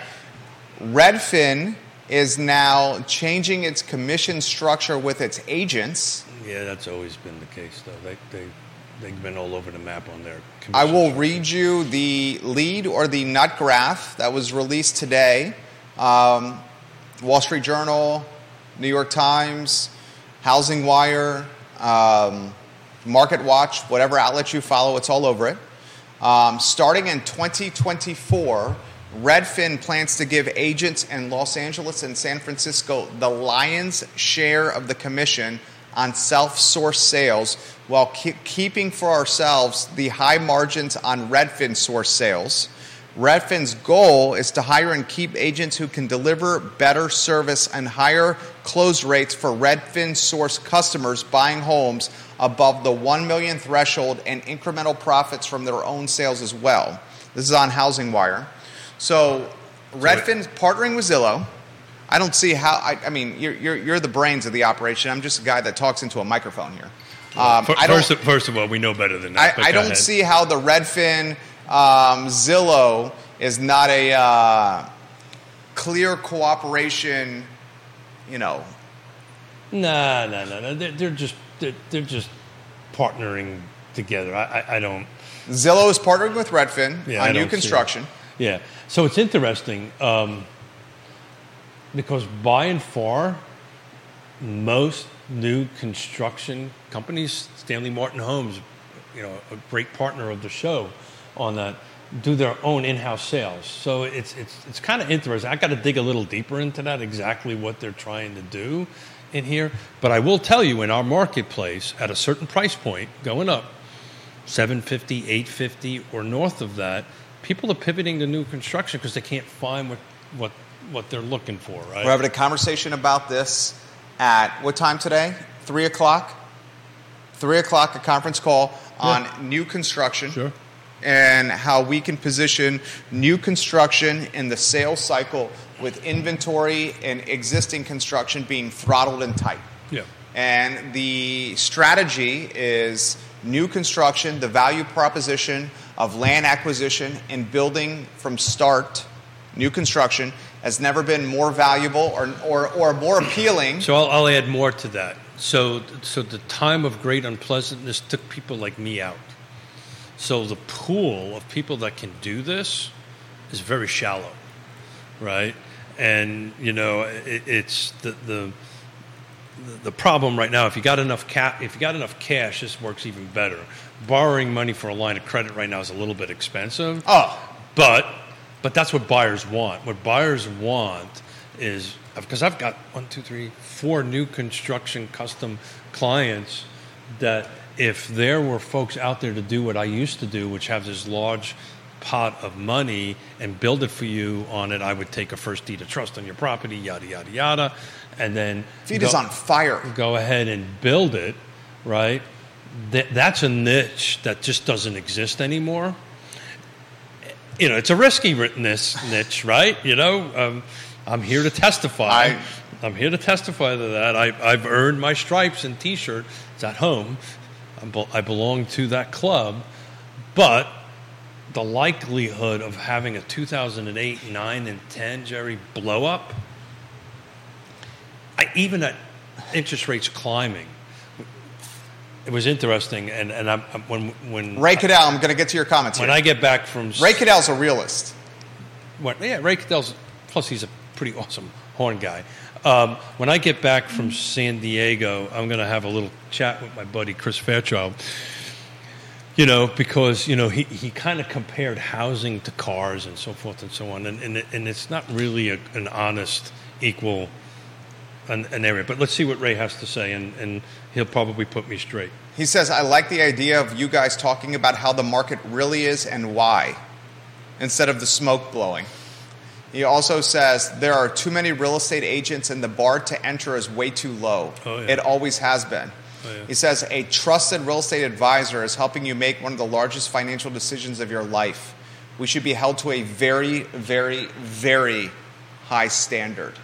A: Redfin is now changing its commission structure with its agents.
B: Yeah, that's always been the case, though. They, they, they've been all over the map on their commission.
A: I will read you the lead or the nut graph that was released today. Um, Wall Street Journal, New York Times, Housing Wire, um, Market Watch, whatever outlet you follow, it's all over it. Um, starting in 2024, Redfin plans to give agents in Los Angeles and San Francisco the lion's share of the commission on self source sales while keep, keeping for ourselves the high margins on Redfin source sales. Redfin's goal is to hire and keep agents who can deliver better service and higher close rates for Redfin source customers buying homes above the 1 million threshold and incremental profits from their own sales as well. This is on Housing Wire. So Redfin's partnering with Zillow. I don't see how. I, I mean, you're, you're, you're the brains of the operation. I'm just a guy that talks into a microphone here. Um,
B: Fir-
A: I don't-
B: first, of- first of all, we know better than that. but
A: I, I
B: go
A: don't
B: ahead.
A: see how the Redfin um, Zillow is not a uh, clear cooperation. You know,
B: No, no, no, no. They're, they're just they're, they're just partnering together. I, I, I don't.
A: Zillow is partnering with Redfin
B: Yeah, I
A: on new
B: don't see it.
A: construction.
B: Yeah. So it's interesting um, because by and far, most new construction companies, Stanley Martin Homes, you know, a great partner of the show on that, do their own in-house sales. So it's it's it's kind of interesting. I got to dig a little deeper into that exactly what they're trying to do in here. But I will tell you, in our marketplace, at a certain price point, going up, 750, 850, or north of that, people are pivoting to new construction because they can't find what, what, what they're looking for, right?
A: We're having a conversation about this at what time today? Three o'clock. Three o'clock. A conference call on new construction.
B: Sure.
A: and how we can position new construction in the sales cycle with inventory and existing construction being throttled and tight.
B: Yeah.
A: And the strategy is new construction, the value proposition of land acquisition and building from start new construction has never been more valuable or, or, or more appealing.
B: So I'll, I'll add more to that. So, so the time of great unpleasantness took people like me out. So the pool of people that can do this is very shallow, right? And you know, it, it's the, the the problem right now. If you got enough cap, if you got enough cash, this works even better. Borrowing money for a line of credit right now is a little bit expensive.
A: Oh.
B: but but that's what buyers want. What buyers want is because I've got one, two, three, four new construction custom clients that if there were folks out there to do what I used to do, which have this large pot of money and build it for you on it, I would take a first deed of trust on your property, yada yada yada, and then
A: Feed is
B: go-
A: on fire.
B: go ahead and build it, right? Th- that's a niche that just doesn't exist anymore. You know, it's a risky ri- nis- niche, right? You know, um, I'm here to testify.
A: I-
B: I'm here to testify to that. I, I've earned my stripes and T-shirt. It's at home. I'm bel- I belong to that club, but the likelihood of having a 2008, 9, and 10 Jerry blow up, I, even at interest rates climbing, it was interesting. And, and I'm, I'm- when when
A: Ray Cadell, I'm going to get to your comments
B: when
A: here.
B: I get back from s-
A: Ray Cadell's a realist.
B: when, yeah, Ray Cadell's plus he's a pretty awesome horn guy. Um, when I get back from San Diego, I'm going to have a little chat with my buddy Chris Fairchild. You know, because you know he, he kind of compared housing to cars and so forth and so on, and and, it- and it's not really a, an honest equal an, an area. But let's see what Ray has to say, and, and he'll probably put me straight.
A: He says, I like the idea of you guys talking about how the market really is and why, instead of the smoke blowing. He also says, there are too many real estate agents and the bar to enter is way too low.
B: Oh, yeah.
A: It always has been.
B: Oh, yeah.
A: He says, a trusted real estate advisor is helping you make one of the largest financial decisions of your life. We should be held to a very, very, very high standard.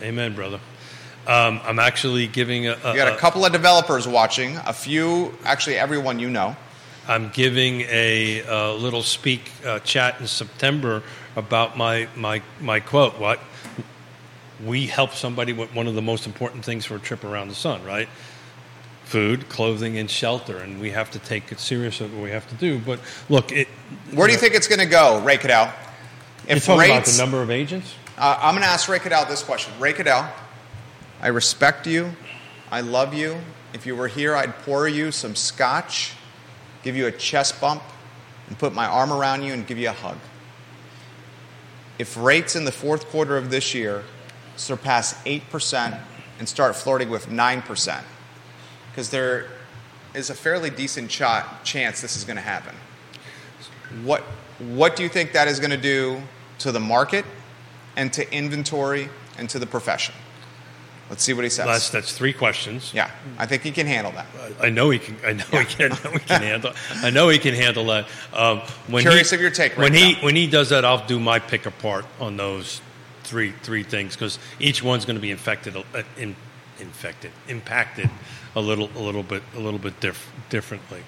B: Amen, brother. Um, I'm actually giving a, a,
A: You got
B: a-
A: a couple of developers watching, a few, actually, everyone you know.
B: I'm giving a uh, little speak uh, chat in September about my my my quote. What we help somebody with one of the most important things for a trip around the sun, right? Food, clothing, and shelter, and we have to take it serious of what we have to do. But look, it.
A: Where do you think it's going to go? Ray Cadell.
B: You're talking about the number of agents.
A: Uh, I'm going to ask Ray Cadell this question. Ray Cadell, I respect you. I love you. If you were here, I'd pour you some scotch, give you a chest bump, and put my arm around you and give you a hug. If rates in the fourth quarter of this year surpass 8% and start flirting with 9%, because there is a fairly decent shot, chance this is going to happen. What, what do you think that is going to do to the market and to inventory and to the profession? Let's see what he says.
B: That's, that's three questions.
A: yeah, I think he can handle that.
B: I know he can. I know he can. I know he can handle. I know he can handle that. Um, when
A: Curious
B: he,
A: of your take right
B: when he
A: now.
B: when he does that, I'll do my pick apart on those three three things because each one's going to be infected, uh, in, infected, impacted a little a little bit a little bit diff, differently.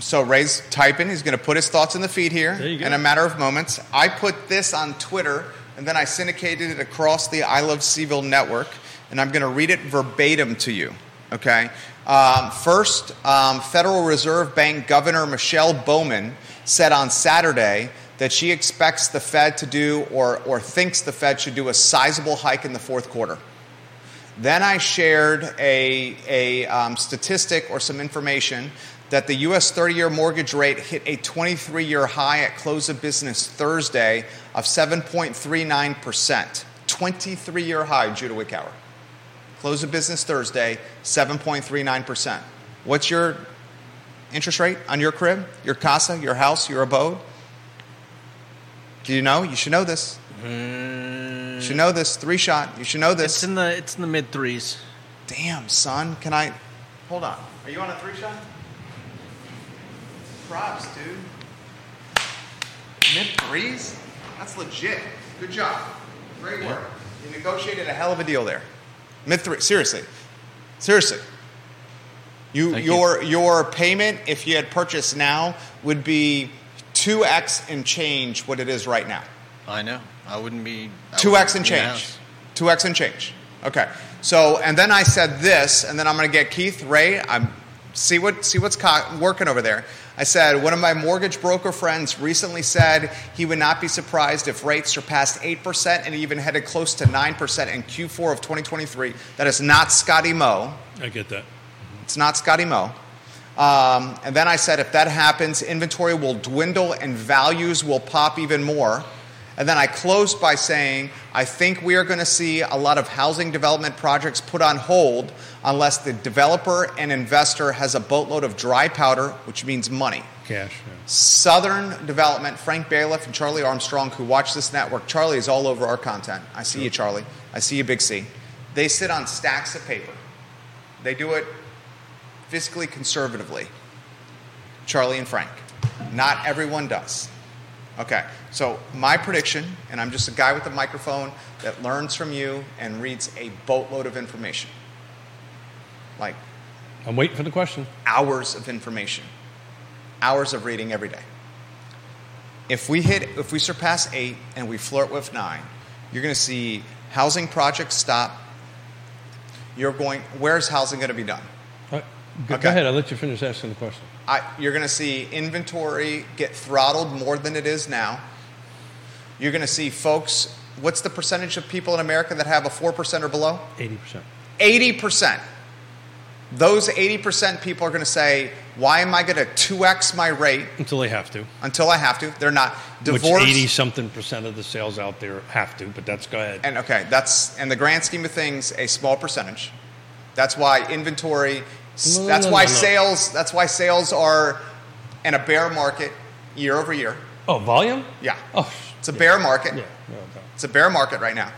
A: So Ray's typing. He's going to put his thoughts in the feed here
B: There you go.
A: in a matter of moments. I put this on Twitter, and then I syndicated it across the I Love Seville network, and I'm going to read it verbatim to you. Okay. Um, first, um, Federal Reserve Bank Governor Michelle Bowman said on Saturday that she expects the Fed to do, or, or thinks the Fed should do, a sizable hike in the fourth quarter. Then I shared a, a um, statistic or some information that the U.S. 30-year mortgage rate hit a 23-year high at close of business Thursday of 7.39 percent, 23-year high. Judah Wickower, close of business Thursday, 7.39 percent. What's your interest rate on your crib, your casa, your house, your abode? Do you know? You should know this. You should know this. Three shot. You should know this.
C: It's in the it's in the mid threes.
A: Damn, son, can I? Hold on. Are you on a three shot? Props, dude. Mid threes? That's legit. Good job. Great work. You negotiated a hell of a deal there. Mid three. Seriously. Seriously. You,
C: Thank
A: your, your payment, if you had purchased now, would be 2x and change what it is right now.
C: I know. I wouldn't be I
A: Two
C: wouldn't
A: X and
C: be in the
A: change.
C: house.
A: Two X and change. Okay. So and then I said this, and then I'm going to get Keith Ray. I'm see what see what's co- working over there. I said one of my mortgage broker friends recently said he would not be surprised if rates surpassed eight percent and even headed close to nine percent in Q4 of 2023. That is not Scotty Moe.
B: I get that.
A: It's not Scotty Moe. Um, and then I said, if that happens, inventory will dwindle and values will pop even more. And then I closed by saying, I think we are going to see a lot of housing development projects put on hold unless the developer and investor has a boatload of dry powder, which means money.
B: Cash.
A: Southern Development, Frank Bailiff and Charlie Armstrong, who watch this network. Charlie is all over our content. I see you, Charlie. I see you, Big C. They sit on stacks of paper. They do it fiscally conservatively. Charlie and Frank. Not everyone does. Okay, so my prediction, and I'm just a guy with a microphone that learns from you and reads a boatload of information. Like
B: yeah. I'm waiting for the question.
A: hours of information, hours of reading every day. If we hit, if we surpass eight and we flirt with nine, you're going to see housing projects stop. You're going, where's housing going to be done?
B: All right. Uh, Go,
A: Okay.
B: go ahead. I'll let you finish asking the question.
A: I, you're going to see inventory get throttled more than it is now. You're going to see folks. What's the percentage of people in America that have a four percent or below?
B: Eighty percent.
A: 80%. Those 80% people are going to say, why am I going to 2x my rate
B: Until they have to.
A: until I have to? They're not. Divorce.
B: Which eighty something percent of the sales out there have to. But that's go ahead.
A: And okay, that's, in the grand scheme of things, a small percentage. That's why inventory,
B: No, no,
A: that's
B: no,
A: why
B: no, no.
A: sales, that's why sales are in a bear market year over year.
B: oh, volume.
A: Yeah.
B: Oh.
A: It's a bear market.
B: Yeah. yeah okay.
A: It's a bear market right now.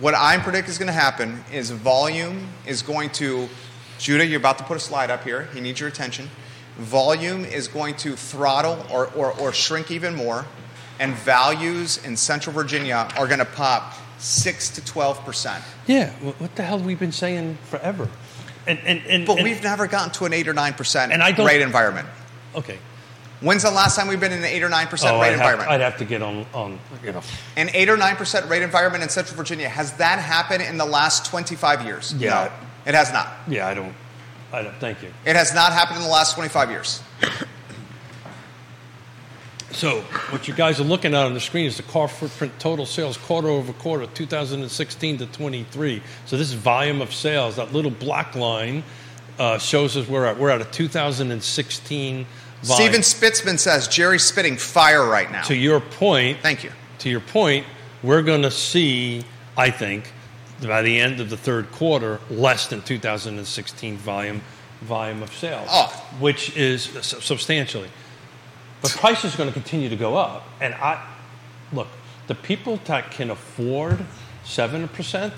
A: What I predict is going to happen is volume is going to, Judah, you're about to put a slide up here. He needs your attention. Volume is going to throttle or, or, or shrink even more, and values in Central Virginia are going to pop 6 to 12%.
B: Yeah, wh- what the hell have we been saying forever? And and and,
A: But
B: and-
A: we've never gotten to an 8 or 9%
B: And I don't-
A: rate environment.
B: okay.
A: When's the last time we've been in an eight or nine percent
B: Oh,
A: rate
B: I'd have,
A: environment?
B: I'd have to get on, on you know.
A: an eight or nine percent rate environment in Central Virginia. Has that happened in the last 25 years?
B: Yeah.
A: No, it has not.
B: Yeah, I don't. I don't. Thank you.
A: It has not happened in the last 25 years.
B: So what you guys are looking at on the screen is the car footprint total sales quarter over quarter, 2016 to 23. So this is volume of sales. That little black line uh, shows us we're at. We're at a 2016
A: Steven
B: volume.
A: Spitzman says Jerry's spitting fire right now.
B: to your point,
A: Thank you.
B: to your point, we're going to see, I think, by the end of the third quarter, less than 2016 volume volume of sales,
A: Oh.
B: which is su- substantially. But price is going to continue to go up, and I look the people that can afford seven percent,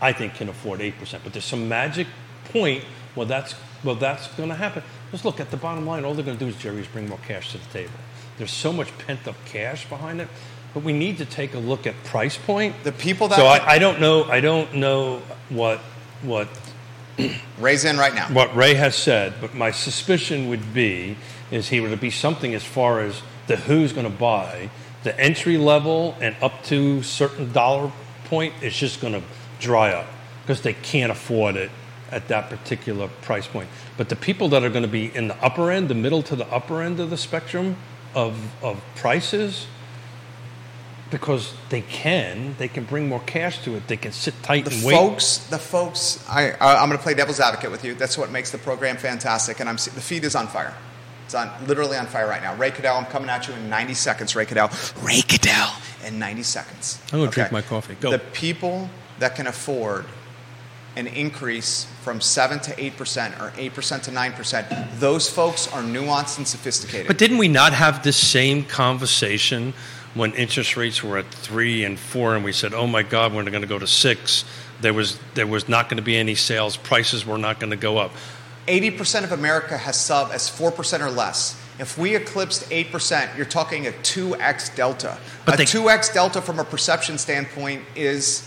B: I think can afford eight percent. But there's some magic point where that's well that's going to happen. Just look at the bottom line. All they're going to do is Jerry's bring more cash to the table. There's so much pent up cash behind it, but we need to take a look at price point.
A: The people that
B: so I, I don't know. I don't know what what
A: raise in right now.
B: what Ray has said, but my suspicion would be is he would be something as far as the who's going to buy the entry level and up to certain dollar point is just going to dry up because they can't afford it at that particular price point. But the people that are going to be in the upper end, the middle to the upper end of the spectrum of of prices. Because they can, they can bring more cash to it. They can sit tight
A: the
B: and wait.
A: folks, the folks. I, I I'm going to play devil's advocate with you. That's what makes the program fantastic. And I'm se- the feed is on fire. It's on literally on fire right now. Ray Cadell, I'm coming at you in 90 seconds. Ray Cadell, Ray Cadell in 90 seconds.
B: I'm gonna drink my coffee. Go.
A: The people that can afford an increase from seven to eight percent or eight percent to nine percent, those folks are nuanced and sophisticated.
B: But didn't we not have this same conversation when interest rates were at three and four, and we said, "Oh my God, we're going to go to six. There was there was not going to be any sales. Prices were not going to go up.
A: 80% of America has sub as 4% or less. If we eclipsed 8%, you're talking a 2x delta.
B: But
A: a
B: they-
A: 2x delta from a perception standpoint is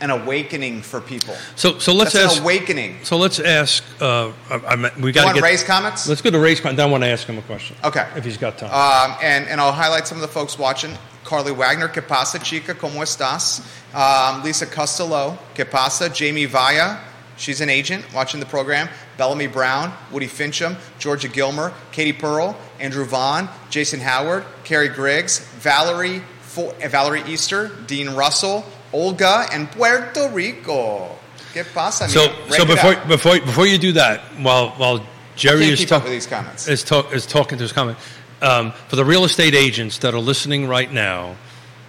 A: an awakening for people.
B: So so let's
A: That's
B: ask.
A: an awakening.
B: So let's ask. Uh, I, I, we
A: You
B: got
A: want
B: to get.
A: Ray's comments?
B: let's go to Ray's. Then I want to ask him a question.
A: Okay.
B: if he's got time.
A: Um, and, and I'll highlight some of the folks watching. Carly Wagner, que pasa, chica, como estás? Um, Lisa Costello, que pasa? Jamie Vaya, she's an agent watching the program. Bellamy Brown, Woody Fincham, Georgia Gilmer, Katie Pearl, Andrew Vaughn, Jason Howard, Carrie Griggs, Valerie, Fo- uh, Valerie Easter, Dean Russell, Olga, and Puerto Rico. Que pasa,
B: so
A: amigo? Break
B: so
A: it
B: before
A: up.
B: before before you do that, while while Jerry
A: Can't
B: is
A: keep
B: talking.
A: up with these comments.
B: is, talk, is talking to his comment. Um, for the real estate agents that are listening right now,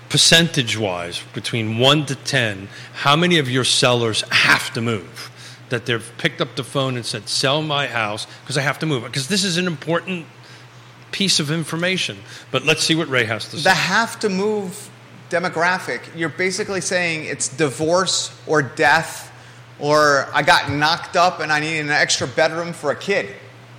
B: percentage wise, between 1 to 10, how many of your sellers have to move? That they've picked up the phone and said, sell my house because I have to move. Because this is an important piece of information. But let's see what Ray has to say.
A: the have to move demographic, you're basically saying it's divorce or death or I got knocked up and I need an extra bedroom for a kid.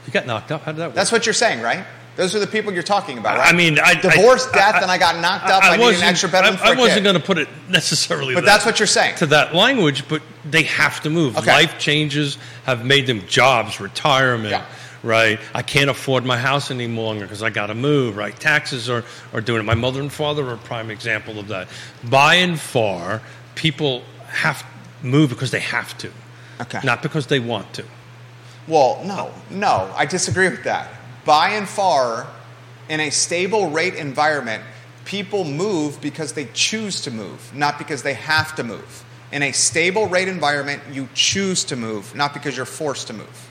B: you got knocked up. How did that work?
A: That's what you're saying, right? Those are the people you're talking about, right?
B: I mean, I,
A: divorce,
B: I-
A: death, and I got knocked up. I, need an
B: wasn't-
A: extra bedroom
B: I,
A: for
B: I
A: a
B: wasn't
A: kid.
B: going to put it [laughs] necessarily.
A: but
B: that-
A: that's what you're saying.
B: to that language, but they have to move.
A: Okay.
B: Life changes have made them jobs, retirement,
A: Yeah.
B: right? I can't afford my house any longer because I got to move, right? Taxes are, are doing it. My mother and father are a prime example of that. By and far, people have move because they have to,
A: Okay.
B: not because they want to.
A: Well, no, no, I disagree with that. By and far, in a stable rate environment, people move because they choose to move, not because they have to move. In a stable rate environment, you choose to move, not because you're forced to move.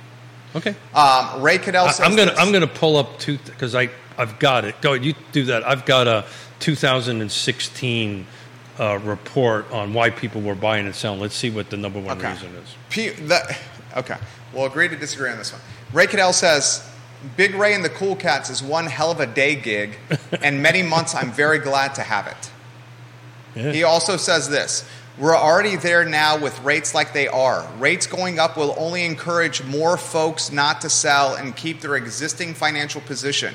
B: Okay.
A: Um, Ray Cadell says
B: I, am gonna
A: this.
B: I'm gonna pull up two because I I've got it. Go ahead, you do that. I've got a 2016 uh, report on why people were buying and selling. Let's see what the number one
A: Okay.
B: reason is.
A: P- the, okay, we'll agree to disagree on this one. Ray Cadell says, "Big Ray and the Cool Cats is one hell of a day gig, and many months I'm very glad to have it." He also says this. We're already there now with rates like they are. Rates going up will only encourage more folks not to sell and keep their existing financial position.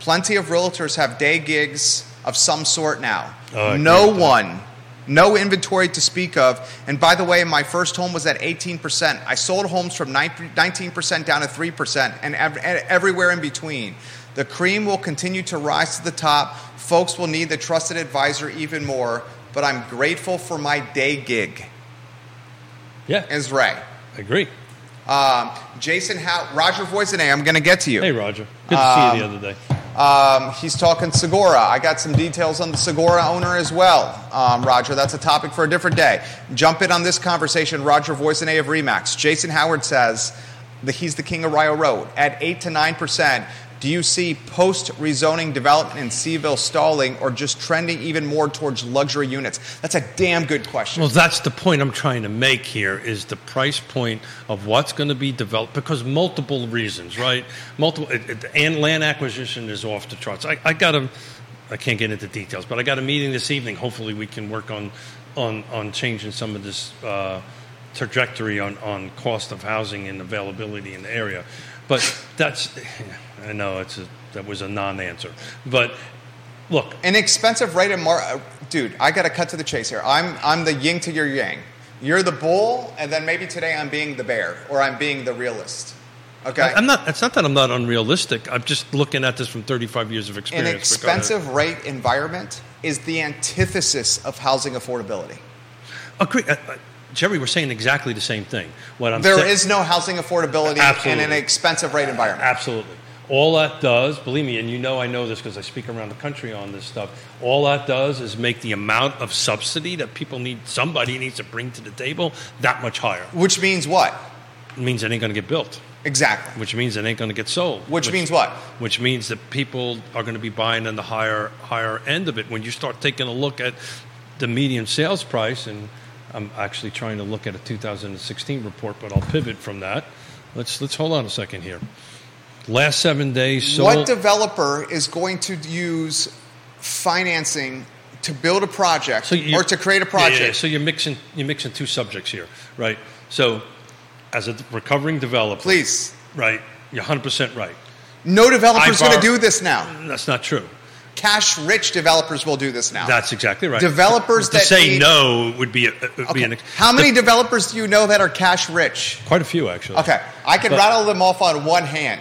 A: Plenty of realtors have day gigs of some sort now.
B: Oh, I agree
A: no
B: with that.
A: one no inventory to speak of. And by the way, my first home was at 18%. I sold homes from 19- 19% down to 3% and ev- and everywhere in between. The cream will continue to rise to the top. Folks will need the trusted advisor even more. But I'm grateful for my day gig,
B: Yeah,
A: is Ray.
B: I agree.
A: Um, Jason Howe, Roger Voisinet, I'm going to get to you.
B: Hey, Roger. Good to see you the other day.
A: Um, he's talking Segura. I got some details on the Segura owner as well, um, Roger. That's a topic for a different day. Jump in on this conversation, Roger Voisinet of Remax. Jason Howard says that he's the king of Rio Road. At 8 to 9%, do you see post rezoning development in Seaville stalling or just trending even more towards luxury units? That's a damn good question.
B: Well, that's the point I'm trying to make here is the price point of what's going to be developed because multiple reasons, right? Multiple it, it- and land acquisition is off the charts. I, I got a, I can't get into details, but I got a meeting this evening. Hopefully, we can work on on on changing some of this uh, trajectory on on cost of housing and availability in the area. But that's, I know it's a, that was a non-answer, but look,
A: an expensive rate of mar- uh, dude i gotta cut to the chase here i'm i'm the yin to your yang you're the bull and then maybe today i'm being the bear or i'm being the realist okay
B: I- I'm not. It's not that I'm not unrealistic. I'm just looking at this from 35 years of
A: an
B: experience. But go ahead.
A: expensive rate environment is the antithesis of housing affordability
B: Agree, uh, uh, Jerry, we're saying exactly the same thing. What I'm
A: There
B: saying,
A: is no housing affordability in an
B: Absolutely.
A: expensive rate environment
B: absolutely. All that does, believe me, and you know I know this because I speak around the country on this stuff. All that does is make the amount of subsidy that people need, somebody needs to bring to the table, that much higher.
A: which means what
B: It means it ain't going to get built,
A: exactly
B: which means it ain't going to get sold.
A: which, means what
B: which means that people are going to be buying on the higher higher end of it. When you start taking a look at the median sales price, and I'm actually trying to look at a 2016 report, but I'll pivot from that. Let's let's hold on a second here. Last seven days sold.
A: what developer is going to use financing to build a project
B: So you-
A: or to create a
B: Yeah, yeah,
A: project
B: yeah. So you're mixing you're mixing two subjects here, right? So as a recovering developer,
A: please
B: right? You're 100 percent right.
A: No developer's
B: I
A: going to
B: borrow-
A: do this now.
B: That's not true.
A: Cash rich developers will do this now.
B: That's exactly right.
A: Developers
B: to
A: that
B: say
A: need-
B: no would be a, would
A: Okay.
B: be an ex-
A: How many developers do you know that are cash rich?
B: Quite a few, actually.
A: Okay, I can
B: But-
A: rattle them off on one hand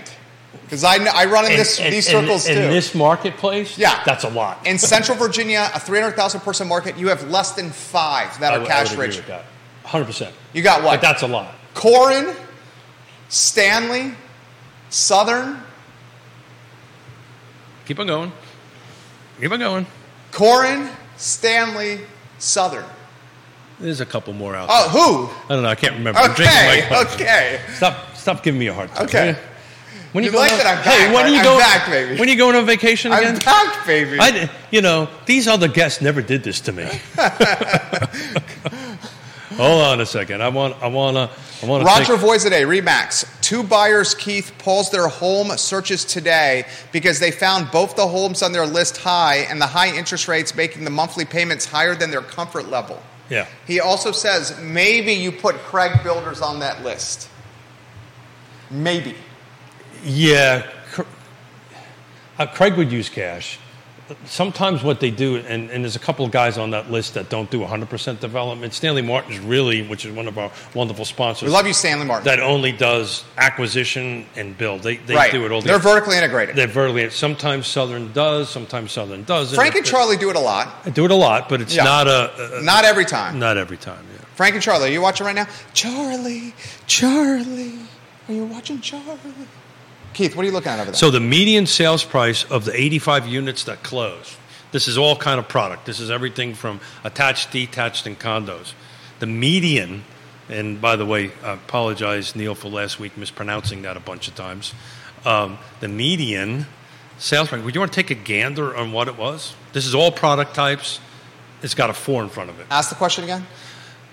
A: because I, kn- I run in this,
B: And-
A: these
B: and-
A: circles
B: and-
A: too.
B: In this marketplace,
A: Yeah.
B: that's a lot.
A: in Central Virginia, a 300,000 person market, you have less than five that
B: I
A: are
B: would- I
A: cash
B: would agree
A: rich.
B: with that. 100%.
A: You got what?
B: But that's a lot.
A: Corin, Stanley, Southern,
B: Keep on going. Keep on going.
A: Corin, Stanley, Southern.
B: There's a couple more out there.
A: Oh,
B: I don't know. I can't remember. I'm drinking my
A: Okay,
B: coffee.
A: okay.
B: Stop, stop giving me a hard time.
A: Okay.
B: When
A: You like
B: on,
A: that I'm
B: Hey,
A: back, right?
B: when are you
A: I'm
B: going,
A: back, baby.
B: When are you going on vacation again?
A: I'm back, baby.
B: I di- you know, these other guests never did this
A: [laughs]
B: to me. Hold on a second. I want, I want to, I want to.
A: Roger Voisinet, Remax. Two buyers, Keith, paused their home searches today because they found both the homes on their list high and the high interest rates making the monthly payments higher than their comfort level.
B: yeah.
A: He also says maybe you put Craig Builders on that list. Maybe.
B: Yeah, Cr- uh, Craig would use cash. Sometimes what they do, and, and there's a couple of guys on that list that don't do 100% development. Stanley Martin's really, which is one of our wonderful
A: We
B: sponsors,
A: love you, Stanley Martin.
B: that only does acquisition and build. They, they
A: right.
B: do it all.
A: They're
B: the
A: vertically integrated.
B: They're vertically. Sometimes Southern does, sometimes Southern doesn't.
A: Frank and
B: They-
A: Charlie do it a lot.
B: they do it a lot, but it's
A: Yeah.
B: not a, a-
A: Not every time.
B: not every time. Yeah.
A: Frank and Charlie, are you watching right now? Charlie, Charlie, are you watching Charlie? Keith, what are you looking at over there?
B: So the median sales price of the 85 units that closed. This is all kind of product. This is everything from attached, detached, and condos. The median, and by the way, I apologize, Neil, for last week mispronouncing that a bunch of times. Um, the median sales price. Would you want to take a gander on what it was? This is all product types. It's got a four in front of it.
A: Ask the question again.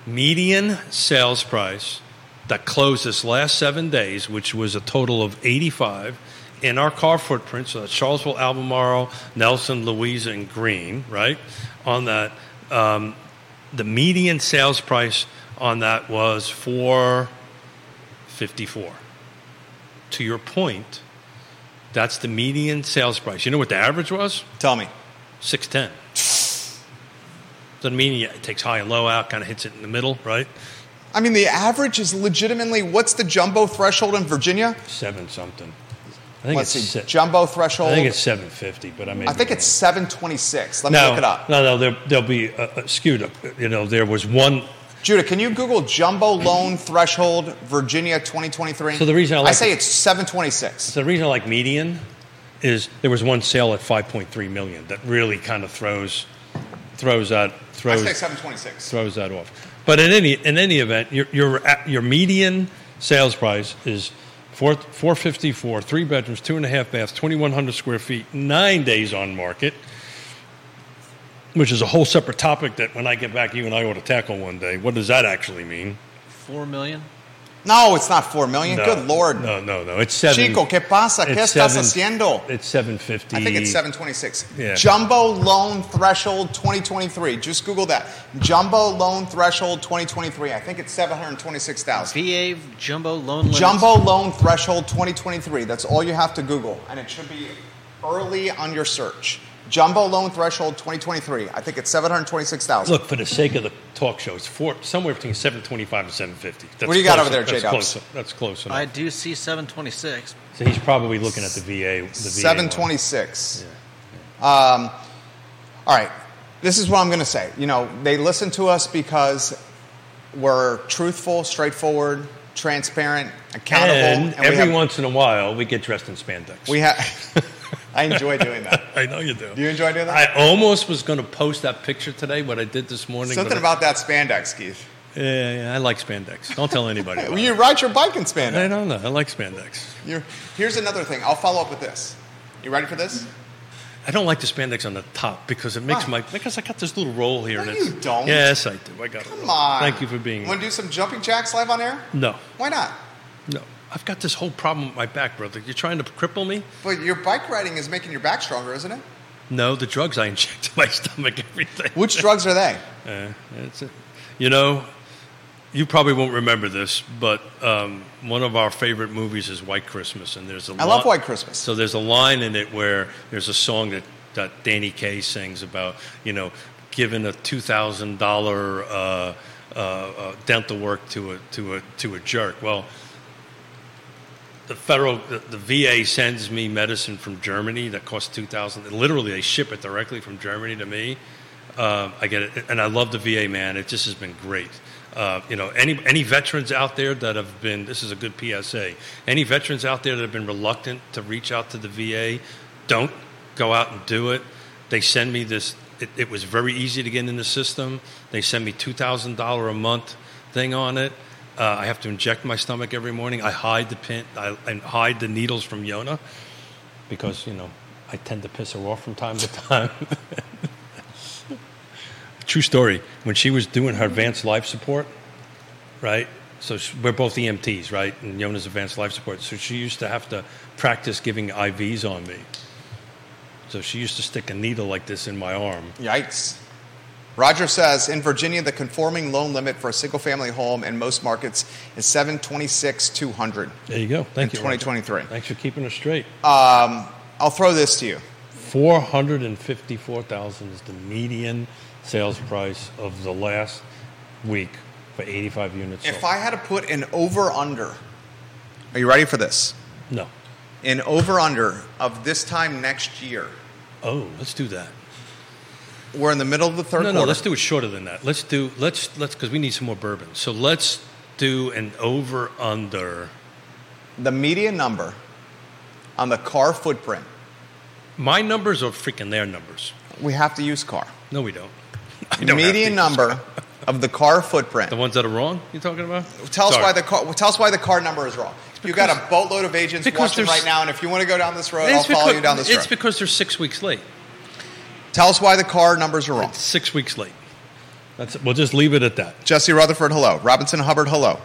B: median sales price that closed this last seven days, which was a total of 85 in our car footprint. So that's Charlesville, Albemarle, Nelson, Louisa, and Green, right? On that, um, the median sales price on that was 454. To your point, that's the median sales price. You know what the average was?
A: Tell me.
B: 610. Doesn't mean it takes high and low out, kind of hits it in the middle, right?
A: I mean, the average is legitimately what's the jumbo threshold in Virginia?
B: Seven something. I think
A: Let's see,
B: it's si-
A: jumbo threshold.
B: I think it's 750, but I mean,
A: I think it's 726. Let me
B: no,
A: look it up.
B: No, no, there, there'll be uh, uh, skewed. Up. You know, there was one.
A: Judah, can you Google jumbo loan threshold Virginia 2023?
B: So the reason I like
A: say
B: it-
A: it's 726.
B: So the reason I like median is there was one sale at 5.3 million that really kind of throws throws that
A: I
B: throws
A: say 726.
B: throws that off. But in any in any event, your your a- your median sales price is four four fifty four, three bedrooms, two and a half baths, twenty one hundred square feet, nine days on market, which is a whole separate topic that when I get back, you and I ought to tackle one day. What does that actually mean?
C: Four million.
A: No, it's not 4 million.
B: No,
A: Good Lord.
B: No, no, no. It's seven.
A: Chico, ¿qué pasa? ¿Qué
B: it's
A: estás
B: seven-
A: haciendo?
B: It's seven fifty.
A: I think it's 726.
B: Mm. Yeah.
A: Jumbo loan threshold 2023. Just Google that. Jumbo loan threshold 2023. I think it's 726,000.
C: VA jumbo loan limits.
A: Jumbo loan threshold 2023. That's all you have to Google, and it should be early on your search. Jumbo loan threshold 2023. I think it's 726,000.
B: Look, for the sake of the talk show, it's four, somewhere between 725 and 750. That's
A: What do you got
B: close-
A: over there,
B: that's
A: J-Dubs?
B: close- That's close enough.
C: I do see 726.
B: so he's probably looking at the VA. The VA
A: 726. Um, all right. This is what I'm going to say. You know, they listen to us because we're truthful, straightforward, transparent,
B: one.
A: accountable.
B: And, every
A: we have,
B: once in a while, we get dressed in spandex.
A: we have [laughs] I enjoy doing that.
B: [laughs] I know you do.
A: Do you enjoy doing that?
B: I almost was going to post that picture today, what I did this morning.
A: Something
B: but I-
A: about that spandex, Keith.
B: Yeah, yeah, I like spandex. Don't
A: [laughs]
B: tell anybody. about
A: You
B: it.
A: ride your bike in spandex.
B: I don't know. I like spandex.
A: You're, here's another thing. I'll follow up with this. You ready for this?
B: I don't like the spandex on the top because it makes
A: Why?
B: my because I got this little roll here.
A: No,
B: and it's,
A: you don't.
B: Yes, I do. I got. a
A: Come
B: roll.
A: on.
B: Thank you for being.
A: Want to do some jumping jacks live on air?
B: no,
A: Why not?
B: no. I've got this whole problem with my back, brother. You're trying to cripple me.
A: But your bike riding is making your back stronger, isn't it?
B: No, the drugs I inject in my [laughs] stomach, everything.
A: Which drugs are they?
B: Uh, that's it. You know, you probably won't remember this, but um, one of our favorite movies is White Christmas, and there's a
A: I love White Christmas.
B: So there's a line in it where there's a song that, that Danny Kaye sings about, you know, giving a two thousand dollar uh, uh, uh, dental work to a to a to a jerk. Well. The federal, the, the VA sends me medicine from Germany that costs two thousand. Literally, they ship it directly from Germany to me, um, I get it, and I love the VA, man. It just has been great. Uh, you know, any any veterans out there that have been this is a good PSA. Any veterans out there that have been reluctant to reach out to the VA, don't go out and do it. They send me this. It, it was very easy to get in the system. They send me two thousand dollar a month thing on it. Uh, I have to inject my stomach every morning. I hide the pin, I, and hide the needles from Yona because you know I tend to piss her off from time to time. [laughs] True story. When she was doing her advanced life support, right? So sh we're both EMTs, right? And Yona's advanced life support. So she used to have to practice giving IVs on me. So she used to stick a needle like this in my arm.
A: Yikes. Roger says in Virginia, the conforming loan limit for a single family home in most markets is 726 200.
B: There you go. Thank
A: In
B: you. Roger.
A: 2023.
B: Thanks for keeping her straight.
A: I'll throw this to you.
B: Four hundred and fifty-four thousand is the median sales price of the last week for eighty-five units.
A: If
B: sold.
A: I had to put an over under, are you ready for this?
B: no.
A: An over under of this time next year.
B: Oh, let's do that.
A: We're in the middle of the third
B: No,
A: quarter.
B: no, let's do it shorter than that. Let's do let's let's because we need some more bourbon. So let's do an over under.
A: the median number on the car footprint.
B: My numbers are freaking their numbers.
A: We have to use car.
B: No, we don't. [laughs] I
A: The
B: don't have
A: median
B: to.
A: number of the car footprint.
B: [laughs] The ones that are wrong. You're talking about?
A: Tell us
B: Sorry.
A: why the car. Tell us why the car number is wrong. You got a boatload of agents
B: because
A: watching
B: there's-
A: right now, and if you want to go down this road, I'll
B: It's
A: follow
B: because-
A: you down this
B: It's
A: road.
B: because they're six weeks late.
A: Tell us why the car numbers are wrong.
B: Six weeks late. That's it. We'll just leave it at that.
A: Jesse Rutherford, hello. Robinson Hubbard, hello.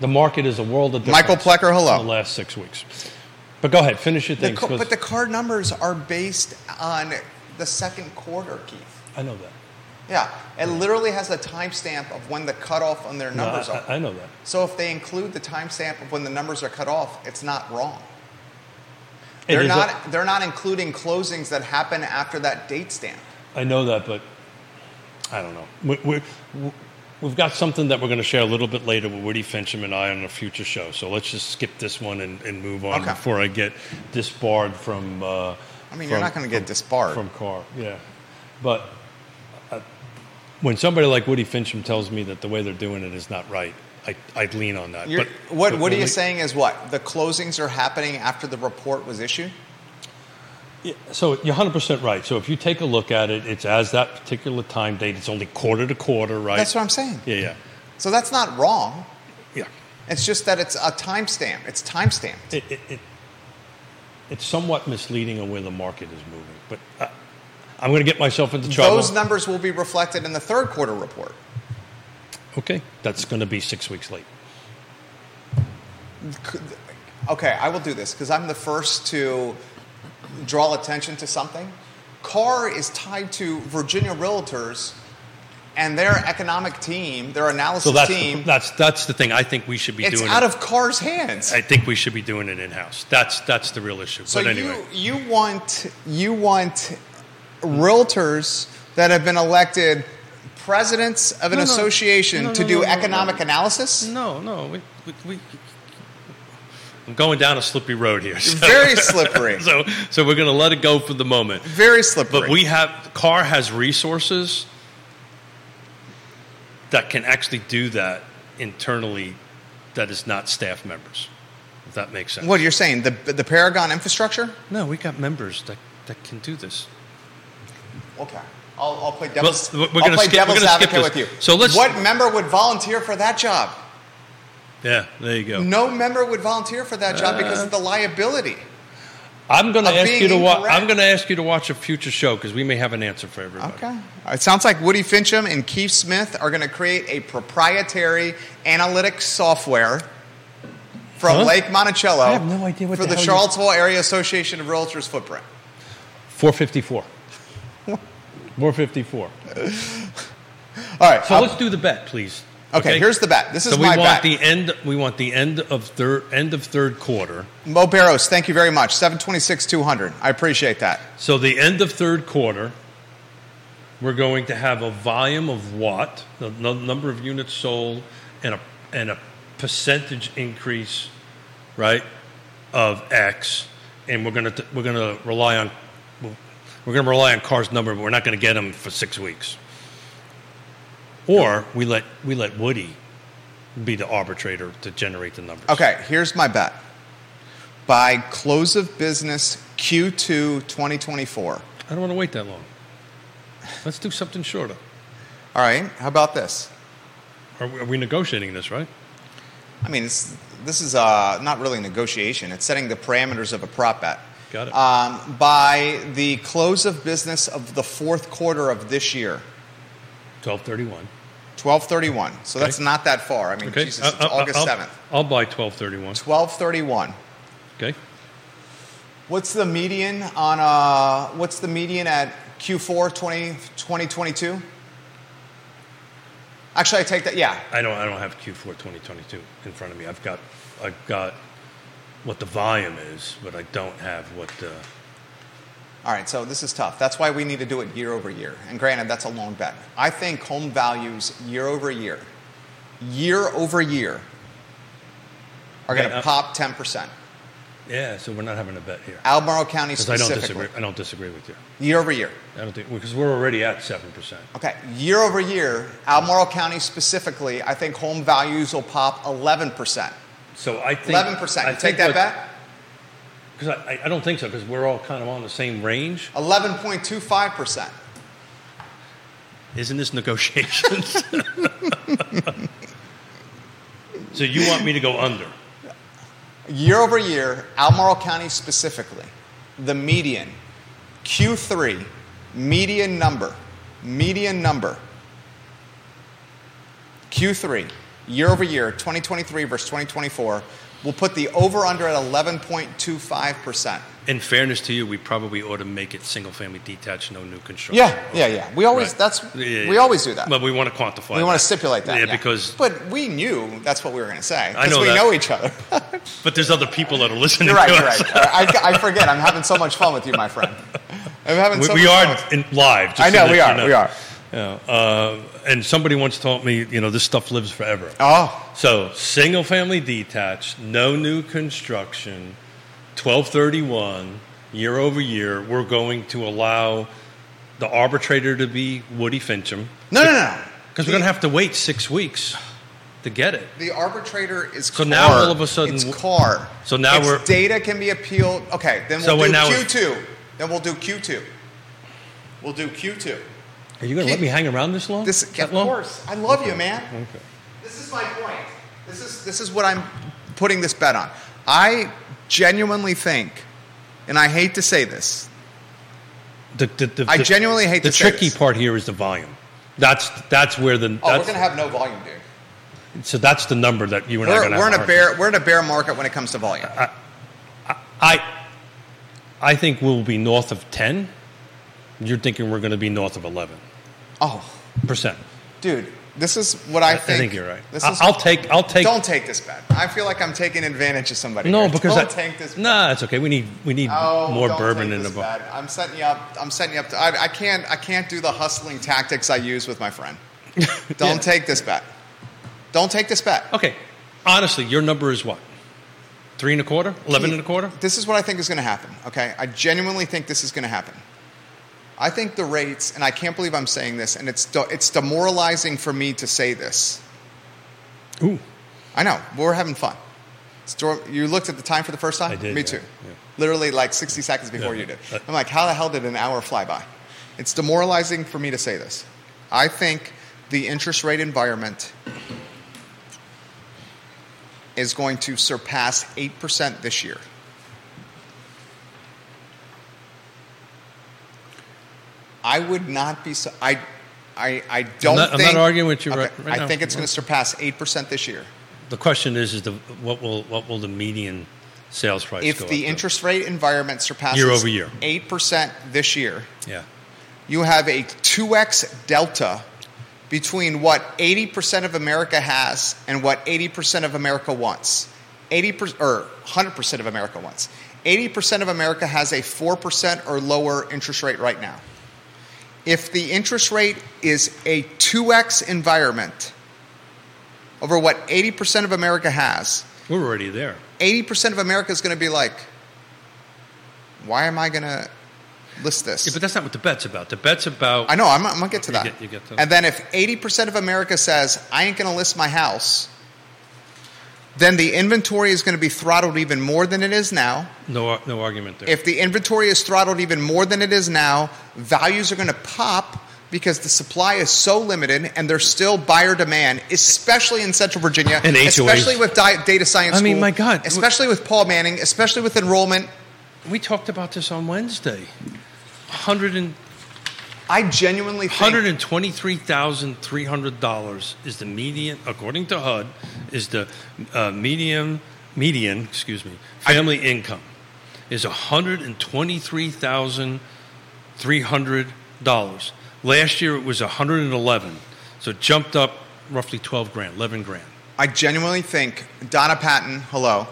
B: The market is a world of
A: Michael
B: difference
A: Plecker, hello.
B: in the last six weeks. But go ahead, finish your
A: The
B: thing.
A: ca-
B: 'cause
A: but the car numbers are based on the second quarter, Keith.
B: I know that.
A: Yeah, it literally has the timestamp of when the cutoff on their
B: No,
A: numbers
B: I-
A: are.
B: I, I know that.
A: so if they include the timestamp of when the numbers are cut off, it's not wrong.
B: It
A: They're
B: is a-
A: not. they're not including closings that happen after that date stamp.
B: I know that, but I don't know. We, we, we- we've got something that we're going to share a little bit later with Woody Fincham and I on a future show. So let's just skip this one and, and move on
A: Okay.
B: before I get disbarred from. Uh,
A: I mean, you're not going to get disbarred.
B: from car. Yeah, but uh, when somebody like Woody Fincham tells me that the way they're doing it is not right, I I'd lean on that.
A: You're-
B: but
A: what
B: but
A: What are
B: when
A: you
B: we-
A: saying? Is what the closings are happening after the report was issued?
B: So you're 100 percent right. So if you take a look at it, it's as that particular time date. It's only quarter to quarter, right?
A: That's what I'm saying.
B: Yeah, yeah,
A: So that's not wrong.
B: yeah.
A: It's just that it's a timestamp. It's timestamped.
B: It, it, it, it's somewhat misleading on where the market is moving, but I, I'm going to get myself into trouble.
A: Those numbers will be reflected in the third quarter report.
B: okay, that's going to be six weeks late.
A: Okay, I will do this because I'm the first to draw attention to something. Carr is tied to Virginia Realtors and their economic team, their analysis
B: So that's
A: team.
B: that's that's the thing. I think we should be
A: it's
B: doing.
A: out
B: it.
A: of Carr's hands.
B: I think we should be doing it in house. That's that's the real issue.
A: So
B: but anyway,
A: you you want you want realtors that have been elected presidents of an
B: No, no.
A: association
B: No,
A: to
B: no,
A: do
B: no, no,
A: economic
B: no.
A: analysis?
B: no, no, we, we, we I'm going down a slippery road here. [laughs] So,
A: Very slippery.
B: so so we're going to let it go for the moment.
A: Very slippery.
B: But we have Carr has resources that can actually do that internally. That is not staff members. If that makes sense.
A: what you're saying the the Paragon infrastructure?
B: No, we got members that that can do this.
A: Okay. I'll, I'll play
B: Well,
A: devil's,
B: we're gonna
A: I'll play
B: skip- we're
A: devil's
B: gonna skip
A: advocate
B: this.
A: with you.
B: So let's-
A: what member would volunteer for that job?
B: Yeah, there you go.
A: No member would volunteer for that job because of the liability.
B: I'm going to
A: of
B: ask
A: being
B: you to watch.
A: incorrect.
B: I'm going to ask you to watch a future show because we may have an answer for everybody.
A: Okay. It sounds like Woody Fincham and Keith Smith are going to create a proprietary analytics software from
B: Huh?
A: Lake Monticello
B: I have no idea what
A: for
B: the
A: the,
B: hell you-
A: Charlottesville Area Association of Realtors footprint. [laughs]
B: 454. 454.
A: All right.
B: So
A: I'll-
B: let's do the bet, please.
A: okay, here's the bet. This is
B: so we
A: my bet.
B: want the end. We want the end of third end of third quarter.
A: Mo Barros, thank you very much. 726 200. I appreciate that.
B: So the end of third quarter, we're going to have a volume of what the n- number of units sold and a and a percentage increase, right, of X, and we're gonna t- we're gonna rely on we're gonna rely on Carr's number, but we're not gonna get him for six weeks. Or we let we let Woody be the arbitrator to generate the numbers.
A: Okay, here's my bet. By close of business Q2 2024. All
B: I don't want to wait that long. Let's do something shorter.
A: right, how about this?
B: Are we, are we negotiating this right?
A: I mean, it's, this is uh, not really negotiation. It's setting the parameters of a prop bet.
B: Got it.
A: Um, by the close of business of the fourth quarter of this year,
B: 1231.
A: 1231. So that's
B: Okay.
A: not that far. I mean,
B: Okay.
A: Oh,
B: Uh,
A: Jesus,
B: I-
A: it's
B: I- I-
A: August
B: I'll-
A: 7th.
B: I'll buy 1231.
A: 1231.
B: Okay.
A: What's the median on, uh, what's the median at Q4 20, 2022? Actually, I take that, yeah.
B: I don't I don't have Q4 2022 in front of me. I've got I've got what the volume is, but I don't have what the
A: All right, so this is tough. That's why we need to do it year over year. And granted, that's a long bet. I think home values year over year, year over year, are going to
B: Yeah, uh,
A: pop 10%.
B: Yeah, so we're not having a bet here.
A: Albemarle County
B: Cuz I don't disagree
A: specifically,
B: I don't disagree with you.
A: year over year.
B: I don't think because we're already at 7%.
A: Okay, year over year, Albemarle County specifically, I think home values will pop 11%.
B: So I think
A: 11%. You take that bet?
B: Cuz I, I- I don't think so cuz we're all kind of on the same range.
A: 11.25%.
B: Isn't this negotiations? [laughs] so you want me to go under?
A: Year over year, Albemarle County specifically, the median, Q3, median number, median number, Q3, year over year, 2023 versus 2024, we'll put the over under at 11.25%.
B: In fairness to you, we probably ought to make it single family detached, no new construction.
A: Yeah, yeah, yeah. We always,
B: Right.
A: that's,
B: Yeah, yeah,
A: we
B: yeah.
A: always do that.
B: But we want to quantify.
A: we want to
B: that.
A: stipulate that.
B: Yeah, because but,
A: But we knew that's what we were going to say.
B: I
A: Because
B: know
A: we
B: that.
A: know each other.
B: there's other people that are listening. [laughs]
A: You're right.
B: to
A: You're
B: us.
A: right. I, I forget. I'm having so much fun with you, my friend. I'm having so
B: We, we
A: much
B: are
A: fun with-
B: in live. just
A: I
B: so
A: know
B: that
A: we
B: you
A: are. We are.
B: You know, uh, and somebody once taught me, you know, this stuff lives forever.
A: Oh,
B: So single family detached, no new construction, 1231, year over year, we're going to allow the arbitrator to be Woody Fincham
A: no, no, no.
B: because we're going to have to wait six weeks to get it.
A: The arbitrator is
B: So
A: car.
B: now all of a sudden-
A: it's car.
B: So now
A: It's
B: we're-
A: data can be appealed. Okay, then
B: So
A: we'll
B: we're
A: do
B: now-
A: Q two. Then we'll do Q two. We'll do Q two.
B: Are you going to let me hang around this long?
A: This,
B: that
A: of
B: long?
A: course, I love you, man.
B: Okay.
A: This is my point. This is this is what I'm putting this bet on. I genuinely think, and I hate to say this.
B: The, the, the,
A: I
B: the-
A: genuinely hate
B: the
A: to say
B: tricky
A: this.
B: part here is the volume. That's that's where the
A: Oh, we're
B: that's,
A: gonna have no volume, dude.
B: so that's the number that you and I are
A: We're,
B: going to
A: we're in
B: have
A: a bear we're in a bear market when it comes to volume.
B: I I think we'll be north of ten. You're thinking we're going to be north of eleven
A: Oh,
B: percent.
A: dude, this is what I
B: I
A: think.
B: think, you're right.
A: This
B: I,
A: is,
B: I'll take. I'll take.
A: Don't take this bet. I feel like I'm taking advantage of somebody.
B: no,
A: here.
B: because
A: don't
B: I,
A: take this.
B: Nah, it's okay. We need we need
A: Oh,
B: more
A: don't
B: bourbon
A: take
B: in the
A: this
B: bar.
A: bet. I'm setting you up. I'm setting you up. To, I, I can't. I can't do the hustling tactics I use with my
B: [laughs]
A: friend. Don't
B: Yeah.
A: take this bet. Don't take this bet.
B: Okay, honestly, your number is what? Three and a quarter, eleven and a quarter.
A: This is what I think is going to happen. Okay, I genuinely think this is going to happen. I think the rates, and I can't believe I'm saying this, and it's de- it's demoralizing for me to say this.
B: Ooh,
A: I know. but We're having fun. Storm, you looked at the time for the first time?
B: I did,
A: Me
B: yeah,
A: too.
B: yeah.
A: Literally like 60 seconds before
B: Yeah.
A: you did.
B: Uh,
A: I'm like, how the hell did an hour fly by? It's demoralizing for me to say this. I think the interest rate environment is going to surpass 8% this year. I would not be so. I, I, I don't
B: not- I'm not
A: think.
B: arguing with you right- right
A: I
B: now.
A: think it's going to surpass 8% this year.
B: the question is, is the what will what will the median sales price go
A: if
B: up
A: the
B: to?
A: interest rate environment surpasses
B: Year over year.
A: 8% this year,
B: Yeah,
A: you have a 2x delta between what 80% of America has and what 80% of America wants. 80% or 100% of America wants. 80% of America has a 4% or lower interest rate right now. If the interest rate is a 2x environment over what 80% of America has,
B: we're already there.
A: 80% of America is going to be like, why am I going to list this?
B: Yeah, but that's not what the bet's about. The bet's about
A: I know, I'm, I'm going to get to
B: You
A: that.
B: get- you get to that.
A: and then if 80% of America says, I ain't going to list my house, then the inventory is going to be throttled even more than it is now.
B: no ar- no argument there.
A: If the inventory is throttled even more than it is now, values are going to pop because the supply is so limited and there's still buyer demand, especially in Central Virginia,
B: And HOAs.
A: especially with di- data science.
B: I mean,
A: school,
B: my God.
A: Especially with Paul Manning, especially with enrollment.
B: we talked about this on Wednesday. 100 and
A: I genuinely think
B: $123,300 is the median, according to HUD, is the uh, median, median, excuse me, family income is $123,300. Last year it was 111, so it jumped up roughly 12 grand, 11 grand.
A: I genuinely think Donna Patton, hello.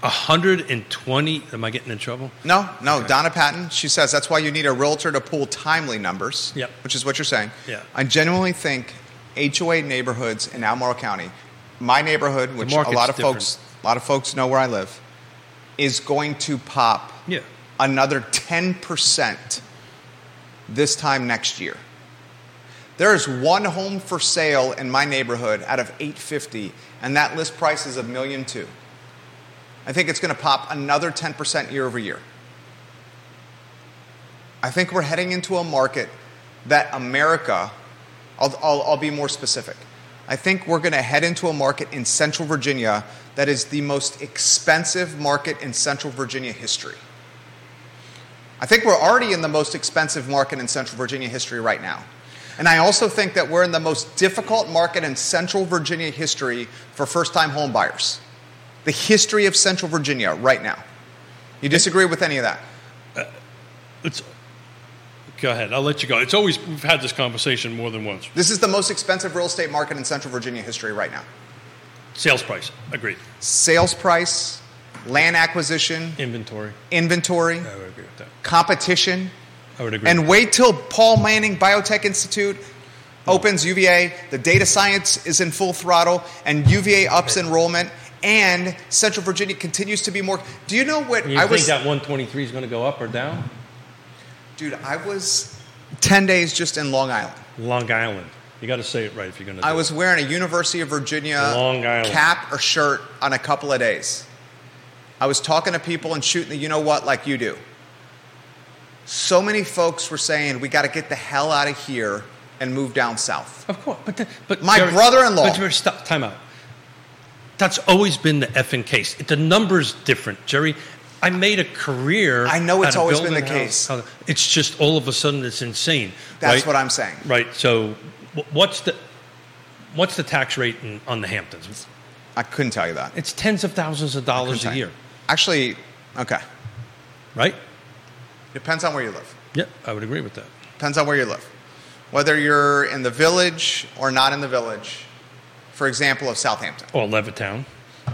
B: 120, am I getting in trouble?
A: No, no, Donna Patton, she says that's why you need a realtor to pull timely numbers,
B: Yep.
A: which is what you're saying.
B: Yeah.
A: I genuinely think HOA neighborhoods in Albemarle County, my neighborhood, which a
B: market's
A: lot of
B: different.
A: folks a lot of folks know where I live, is going to pop
B: Yeah.
A: another 10% this time next year. There is one home for sale in my neighborhood out of 850, and that list price is a million two. I think it's going to pop another 10% year over year. I think we're heading into a market that America, I'll, I'll, I'll be more specific. I think we're going to head into a market in Central Virginia that is the most expensive market in Central Virginia history. I think we're already in the most expensive market in Central Virginia history right now. And I also think that we're in the most difficult market in Central Virginia history for first time home buyers. The history of Central Virginia right now. You disagree with any of that?
B: It's, go ahead, I'll let you go. It's always, we've had this conversation more than once.
A: This is the most expensive real estate market in Central Virginia history right now.
B: Sales price, agreed.
A: Sales price, land acquisition,
B: Inventory,
A: inventory,
B: I would agree with that.
A: competition,
B: Hmm. I would agree.
A: and wait till Paul Manning Biotech Institute opens UVA, the data science is in full throttle, and UVA ups enrollment, and Central Virginia continues to be more. Do you know what
B: You
A: I
B: think
A: was?
B: that 123 is going to go up or down?
A: dude, I was 10 days just in Long Island.
B: Long Island. You got to say it right if you're going to.
A: I was wearing a University of Virginia
B: Long Island.
A: cap or shirt on a couple of days. I was talking to people and shooting the you know what like you do. So many folks were saying we got to get the hell out of here and move down south.
B: Of course, but the, but
A: My brother-in-law-
B: But Jerry, stop. Time out. That's always been the effing case. The numbers different, Jerry. I made a career.
A: I know it's
B: out of
A: always been
B: building
A: the
B: house-
A: case.
B: out of- It's just all of a sudden it's insane.
A: That's
B: right?
A: what I'm saying.
B: Right. So, wh- what's the what's the tax rate in, on the Hamptons?
A: I couldn't tell you that.
B: It's tens of thousands of dollars a year,
A: Actually, okay.
B: right?
A: Depends on where you live.
B: Yeah, I would agree with that.
A: Depends on where you live. Whether you're in the village or not in the village, for example, of Southampton.
B: Or Levittown.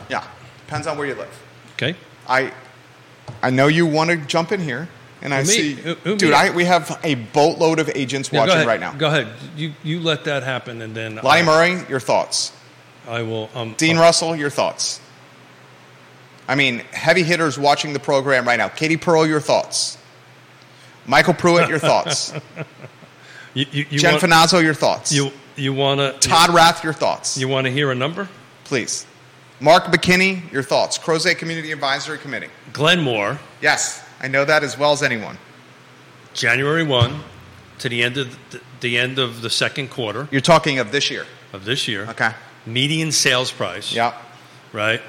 A: Yeah. Depends on where you live.
B: Okay.
A: I I know you want to jump in here, and I
B: Who me?
A: see,
B: Who- who
A: dude.
B: me?
A: I we have a boatload of agents
B: Yeah, go
A: watching
B: ahead.
A: right now.
B: Go ahead. You you let that happen, and then
A: Lonnie
B: I-
A: Murray, your thoughts.
B: I will. Um,
A: Dean
B: uh,
A: Russell, your thoughts. I mean, heavy hitters watching the program right now. Katie Pearl, your thoughts. Michael Pruitt, your thoughts.
B: you, you, [laughs] you
A: Jen
B: want-
A: Finazzo, your thoughts.
B: You you want to
A: Todd Rath, your thoughts.
B: you want to hear a number?
A: Please. Mark McKinney, your thoughts. Crozet Community Advisory Committee.
B: Glenmore,
A: Yes, I know that as well as anyone.
B: January one to the end of the, the end of the second quarter
A: You're talking of this year.
B: of this year.
A: Okay.
B: Median sales price,
A: Yeah.
B: right,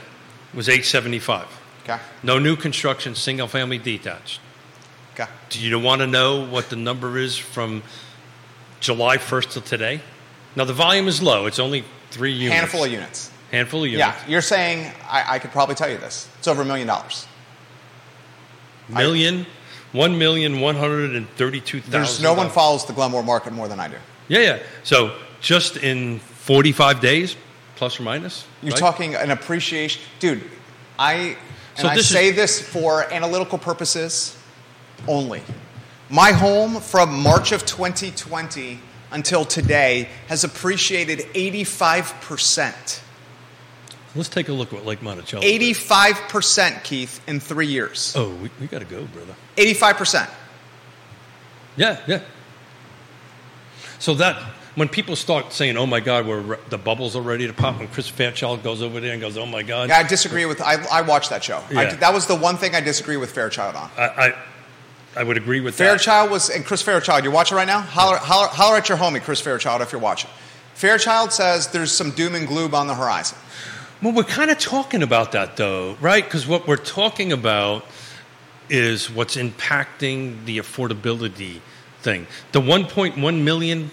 B: was eight seventy five.
A: Okay.
B: No new construction, single family detached.
A: Okay.
B: Do you want to know what the number is from July first to today? Now the volume is low. It's only three units.
A: Handful of units.
B: Handful of units.
A: Yeah, you're saying I, I could probably tell you this. It's over a million dollars.
B: Million. One million one hundred and thirty-two thousand.
A: There's no one follows the Glenmore market more than I do.
B: Yeah, yeah. So just in 45 days, plus or minus.
A: You're
B: right?
A: talking an appreciation, dude. I and
B: So
A: I
B: this is-
A: say this for analytical purposes only. My home from March of 2020 until today has appreciated 85 percent.
B: Let's take a look at Lake Monticello.
A: 85 percent, Keith, in three years.
B: Oh, we, we got to go, brother.
A: 85 percent.
B: Yeah, yeah. So that when people start saying, "Oh my God, we're re- the bubbles are ready to pop," when Chris Fairchild goes over there and goes, "Oh my God,"
A: Yeah, I disagree with. I, I watched that show. I,
B: Yeah.
A: that was the one thing I disagree with Fairchild on.
B: I, I, I would agree with
A: Fairchild was, and Chris Fairchild, you're watching right now? Holler, holler, holler at your homie, Chris Fairchild, if you're watching. Fairchild says there's some doom and gloom on the horizon.
B: that. Well, we're kind of talking about that though, right? Because what we're talking about is what's impacting the affordability thing. The 1.1 million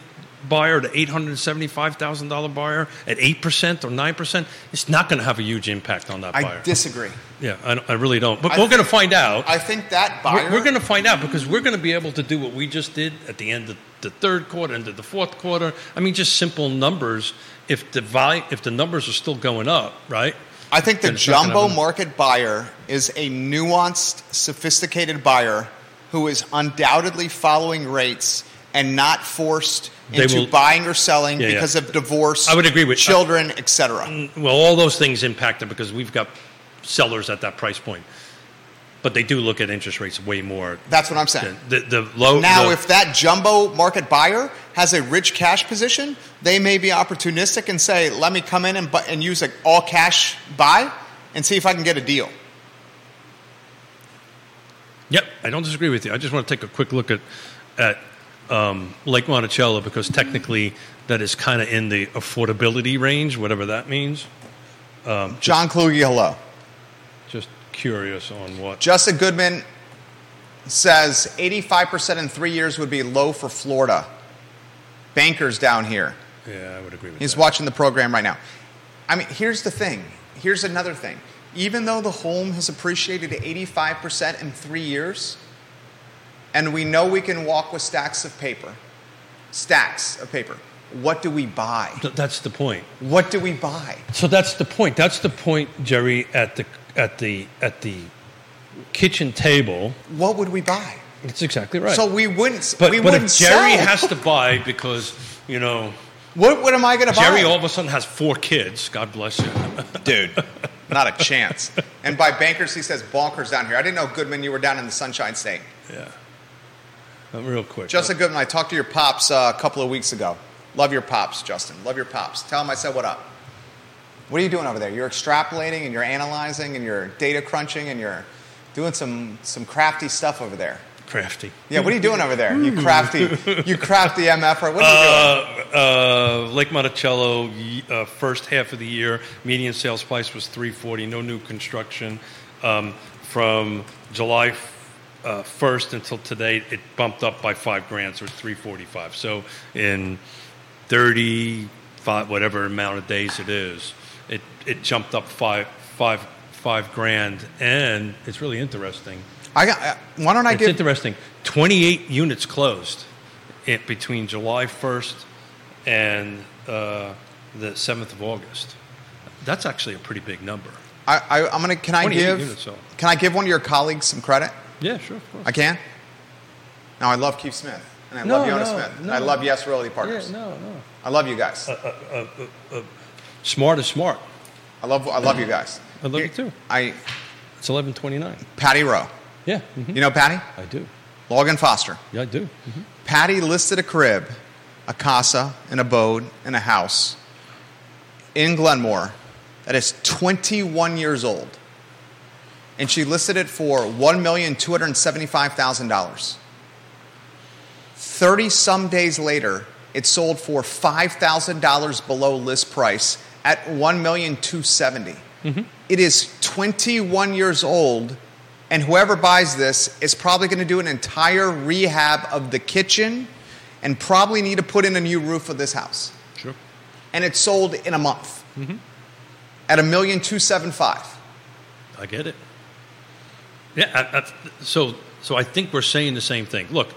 B: buyer to $875,000 buyer at 8% or 9%, it's not going to have a huge impact on that
A: I
B: buyer.
A: disagree.
B: yeah, I, don't- I really don't. But
A: I
B: we're
A: think-
B: going to find out.
A: I think that buyer.
B: we're going to find out because we're going to be able to do what we just did at the end of the third quarter, end of the fourth quarter. I mean, just simple numbers. If the, vol- if the numbers are still going up, right?
A: I think the
B: Then it's not gonna
A: jumbo
B: happen.
A: market buyer is a nuanced, sophisticated buyer who is undoubtedly following rates and not forced
B: They
A: into
B: will-
A: buying or selling
B: Yeah, yeah.
A: because of divorce,
B: I would agree with- uh, Mm.
A: children, etc.
B: Well, all those things impact it because we've got sellers at that price point. But they do look at interest rates way more.
A: That's what I'm saying.
B: than the, the low.
A: Now,
B: the-
A: if that jumbo market buyer has a rich cash position, they may be opportunistic and say, "Let me come in and, bu- and use an all cash buy and see if I can get a deal."
B: yep, I don't disagree with you. I just want to take a quick look at at um, Lake Monticello because technically that is kind of in the affordability range, whatever that means.
A: John Kluge, hello.
B: Just curious on what.
A: Justin Goodman says 85% in three years would be low for Florida. Bankers down here.
B: yeah, I would agree with
A: He's
B: that.
A: watching the program right now. I mean, here's the thing. Here's another thing. Even though the home has appreciated 85% in three years, and we know we can walk with stacks of paper, stacks of paper, what do we buy?
B: Th- that's the point.
A: What do we buy?
B: So that's the point. That's the point, Jerry, at the at the at the kitchen table.
A: What would we buy?
B: That's exactly right.
A: So we wouldn't.
B: But,
A: we
B: but
A: wouldn't
B: if Jerry
A: sell.
B: has to buy because you know,
A: What, what am I going to buy?
B: Jerry all of a sudden has four kids. God bless you. [laughs]
A: Dude, [laughs] not a chance. And by bankers, he says bonkers down here. I didn't know, Goodman, you were down in the Sunshine State.
B: yeah. Uh, Real quick.
A: Justin Goodman, I talked to your pops uh, a couple of weeks ago. Love your pops, Justin. Love your pops. Tell him I said what up. What are you doing over there? You're extrapolating and you're analyzing and you're data crunching and you're doing some, some crafty stuff over there.
B: crafty.
A: Yeah, what are you doing over there?
B: Hmm.
A: You crafty, you crafty MFR. What are you doing?
B: Uh, uh, Lake Monticello, y- uh, first half of the year, median sales price was 340. No new construction. Um, from July uh, 1st until today, it bumped up by five grand, so it's 345. So in 35, whatever amount of days it is, it it jumped up five five five grand, and it's really interesting.
A: I got, uh, why don't I
B: It's
A: give?
B: interesting. 28 units closed in, between July 1st and uh, the 7th of August. That's actually a pretty big number.
A: I, I, I'm gonna. Can I
B: 28
A: give?
B: units, so.
A: Can I give one of your colleagues some credit?
B: Yeah, sure. Of course.
A: I can. No, I love Keith Smith and I
B: No,
A: love Yona
B: no,
A: Smith. and
B: no.
A: I love Yes Realty Partners.
B: no, no.
A: I love you guys.
B: Smart is smart.
A: I love I love you guys.
B: I love you too.
A: I
B: It's 1129.
A: Patty Rowe.
B: Yeah, mhm.
A: You know Patty?
B: I do.
A: Logan Foster.
B: Yeah, I do. Mhm.
A: Patty listed a crib, a casa, an abode, and a house in Glenmore that is 21 years old. And she listed it for $1,275,000. 30 some days later, it sold for $5,000 below list price at $1,270,000.
B: Mm-hmm.
A: It is 21 years old, and whoever buys this is probably going to do an entire rehab of the kitchen and probably need to put in a new roof of this house.
B: Sure.
A: And it sold in a month
B: Mm-hmm.
A: at a million two seven five.
B: I get it. Yeah, I, I, so so I think we're saying the same thing. Look,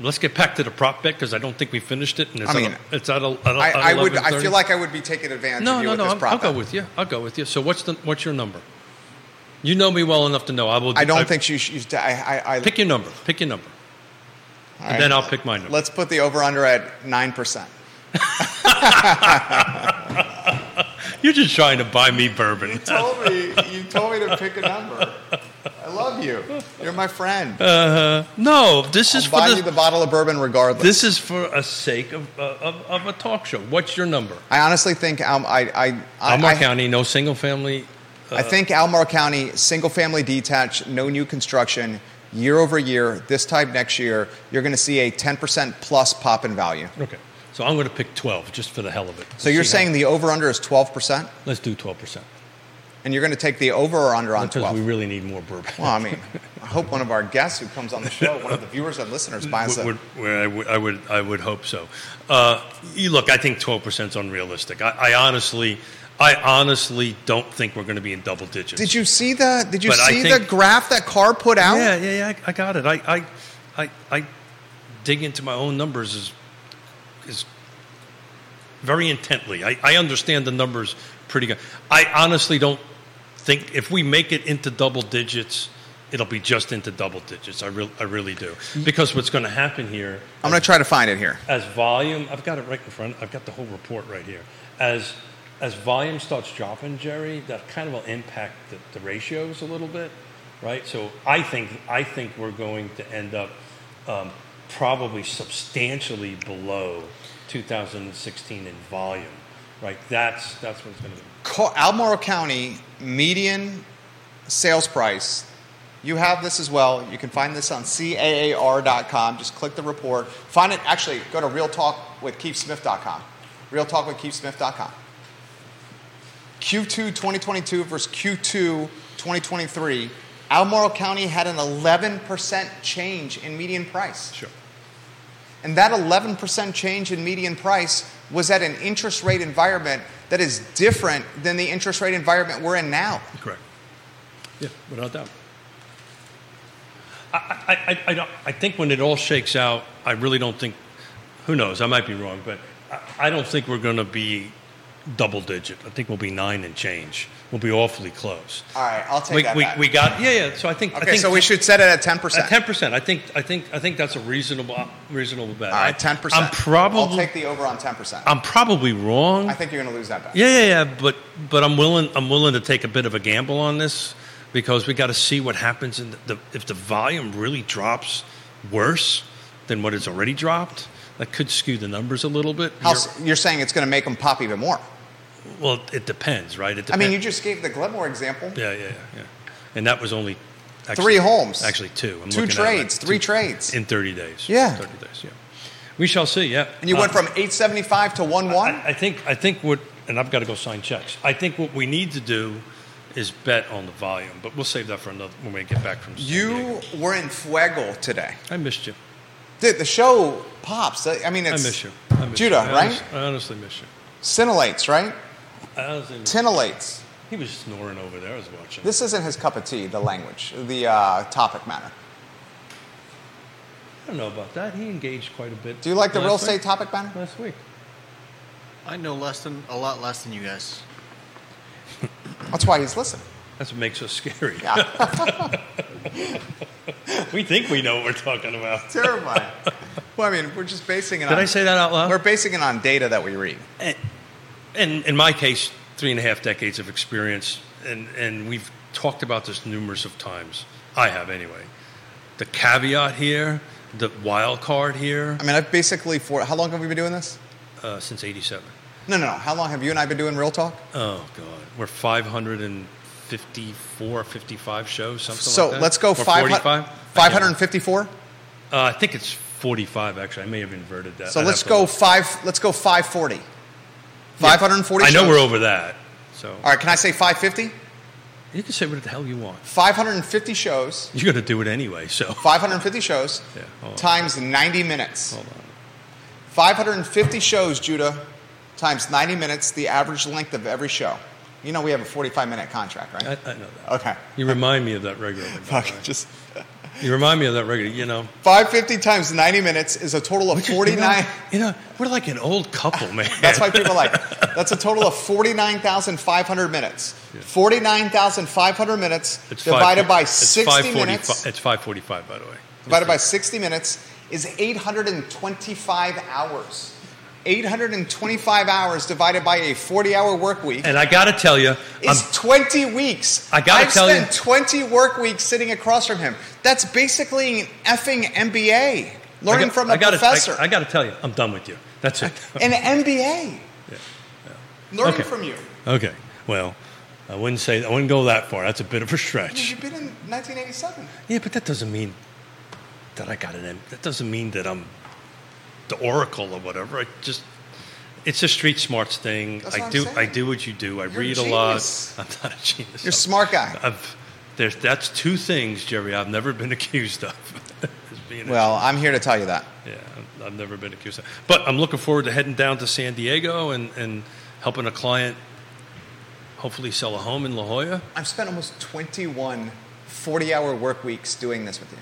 B: let's get back to the prop bet because I don't think we finished it, and it's
A: I
B: at
A: mean,
B: a- it's at, a, at, a,
A: I,
B: at
A: I would. I
B: 11:30.
A: feel like I would be taking advantage
B: Oh, no,
A: of you
B: no,
A: with
B: no.
A: this
B: I'm-
A: prop
B: I'll go
A: bet.
B: with you. I'll go with you. So what's the what's your number? You know me well enough to know. I will.
A: I don't think she. She's. I. I. I
B: Pick your number. Pick your number.
A: all
B: and then I'll pick my number.
A: Let's put the over under at nine percent.
B: You're just trying to buy me bourbon.
A: [laughs] You told me. You told me to pick a number. I love you. You're my friend.
B: Uh-huh. No, this is
A: I'll buy
B: for
A: you
B: the,
A: the bottle of bourbon regardless.
B: this is for a sake of, uh, of of a talk show. What's your number?
A: I honestly think um, I. I. I,
B: Almar
A: I,
B: County, no single family.
A: I think Almar County, single family detached, no new construction, year over year, this time next year, you're going to see a 10% plus pop in value.
B: Okay, so I'm going to pick 12 just for the hell of it.
A: So you're
B: See how-
A: saying the over under is 12%,
B: let's do 12 percent
A: and you're going to take the over or under on
B: because
A: 12?
B: we really need more bourbon.
A: well, I mean, I hope one of our guests who comes on the show, one of the viewers and listeners, buys
B: would,
A: it.
B: would- I, would, I would I would hope so. Uh, you look, I think twelve percent is unrealistic. I, I honestly, I honestly don't think we're going to be in double digits.
A: Did you see the Did you
B: But I
A: see the
B: think-
A: graph that Carr put out?
B: Yeah, yeah, yeah. I, I got it. I, I, I, I dig into my own numbers is is very intently. I, I understand the numbers pretty good. I honestly don't think if we make it into double digits. It'll be just into double digits. I, re- I really do. Because what's going to happen here
A: I'm going to try to find it here.
B: as volume, I've got it right in front. I've got the whole report right here. As as volume starts dropping, Jerry, that kind of will impact the, the ratios a little bit, right? So I think I think we're going to end up um, probably substantially below 2016 in volume, right? That's that's what it's going to be.
A: Car- Albemarle County median sales price. You have this as well. You can find this on caar.com. Just click the report. Find it. Actually, go to realtalkwithkeithsmith.com. Realtalkwithkeithsmith.com. Q2 2022 versus Q2 2023. Albemarle County had an 11% change in median price.
B: Sure.
A: And that 11% change in median price was at an interest rate environment that is different than the interest rate environment we're in now.
B: Correct. Yeah, without doubt. I, I, I, I, don't, I think when it all shakes out, I really don't think, who knows, I might be wrong, but I, I don't think we're going to be double digit. I think we'll be nine and change. We'll be awfully close.
A: All right, I'll take
B: we,
A: that
B: we,
A: back.
B: we got yeah yeah. So I think I
A: Okay,
B: think
A: so we should set it at 10%.
B: ten percent. I think I think I think that's a reasonable reasonable bet.
A: All right, 10%.
B: I'm
A: I'll
B: probably
A: take the over on 10%.
B: I'm probably wrong.
A: I think you're going to lose that bet.
B: Yeah, yeah, yeah. But but I'm willing I'm willing to take a bit of a gamble on this because we got to see what happens in the, if the volume really drops worse than what it's already dropped. That could skew the numbers a little bit.
A: How,
B: You're-
A: you're saying it's going to make them pop even more.
B: well, it depends, right? It
A: I
B: depends.
A: mean, you just gave the Glenmore example.
B: yeah, yeah, yeah, yeah. And that was only actually,
A: Three homes.
B: Actually, 2 I'm
A: Two
B: looking at it,
A: trades, three trades.
B: in 30 days.
A: Yeah.
B: 30 days. Yeah. We shall see. Yeah.
A: And you
B: Uh,
A: went from 875 to 1 1?
B: I, I think I think what and I've got to go sign checks. I think what we need to do is bet on the volume, but we'll save that for another when we get back from San Diego.
A: You were in Fuego today.
B: I missed you.
A: Dude, the show pops. I I mean,
B: I
A: it's
B: miss you. I miss
A: Judah,
B: you. I
A: right?
B: honest- I honestly miss you.
A: scintillates, right?
B: I honestly miss
A: Tinnillates.
B: He was snoring over there. I was watching.
A: This isn't his cup of tea, the language, the uh, topic matter.
B: I don't know about that. He engaged quite a bit.
A: Do you like the
B: last
A: real
B: week-
A: estate topic matter?
B: last week?
C: I know less than a lot less than you guys.
A: That's why he's listening.
B: That's what makes us scary.
A: Yeah.
B: [laughs] we think we know what we're talking about. Did
A: Terrifying. Well, I mean, we're just basing it on.
B: I say that out loud?
A: We're basing it on data that we read.
B: and, and in my case, three and a half decades of experience, and, and we've talked about this numerous of times. I have anyway. The caveat here, the wild card here,
A: I mean, I've basically for how long have we been doing this?
B: uh, since '87.
A: No, no, no. How long have you and I been doing real talk?
B: Oh God, we're 554, 55 shows, something
A: so
B: like that.
A: let's go
B: Or
A: 500,
B: 45?
A: 554.
B: Uh, I think it's 45 actually. I may have inverted that.
A: So
B: I'd
A: let's
B: have to
A: go
B: look.
A: five. Let's go 540. 540.
B: I know
A: shows.
B: we're over that. So
A: All right. Can I say 550?
B: you can say what the hell you want.
A: 550 shows.
B: You're going to do it anyway. So
A: 550 shows
B: Yeah, hold on.
A: times 90 minutes.
B: hold on.
A: 550 shows, Judah, times 90 minutes, the average length of every show. You know we have a 45 minute contract,
B: I, I
A: right?
B: know that.
A: Okay.
B: You remind me of that regularly. by the
A: Fuck,
B: way.
A: just
B: You remind me of that regularly. You know,
A: 550 times 90 minutes is a total of 49.
B: You know, we're like an old couple, man.
A: [laughs] That's why people like. That's a total of 49,500 minutes. 49,500 minutes
B: [laughs] It's
A: divided
B: five-
A: by
B: it's
A: 60
B: 5:45
A: minutes.
B: It's five forty-five, by the way.
A: divided by 60 minutes is 825 hours. 825 hours divided by a 40 hour work week
B: And I got to tell you,
A: is 20 weeks.
B: I gotta
A: I've
B: tell
A: spent
B: you-
A: 20 work weeks sitting across from him. That's basically an effing MBA, learning from a
B: I gotta,
A: professor.
B: I, got to tell you, I'm done with you. That's
A: [laughs]
B: it.
A: an MBA. Learning
B: Okay.
A: from you.
B: okay. Well, I wouldn't say I wouldn't go that far. That's a bit of a stretch.
A: You've been in 1987.
B: Yeah, but that doesn't mean that I got an. M- That doesn't mean that I'm the oracle or whatever. I just. It's a street smarts thing.
A: That's
B: I
A: what I'm
B: do.
A: saying.
B: I do what you do. I
A: You're a
B: read a
A: genius.
B: lot. [laughs] I'm not a genius.
A: You're a
B: I'm-
A: smart guy.
B: I've, there's, that's two things, Jerry, I've never been [laughs] accused of. [laughs] as being a-
A: Well, I'm here to tell you that.
B: yeah, I've- I've never been accused of. But I'm looking forward to heading down to San Diego and, and helping a client hopefully sell a home in La Jolla.
A: I've spent almost 21 40 hour work weeks doing this with you.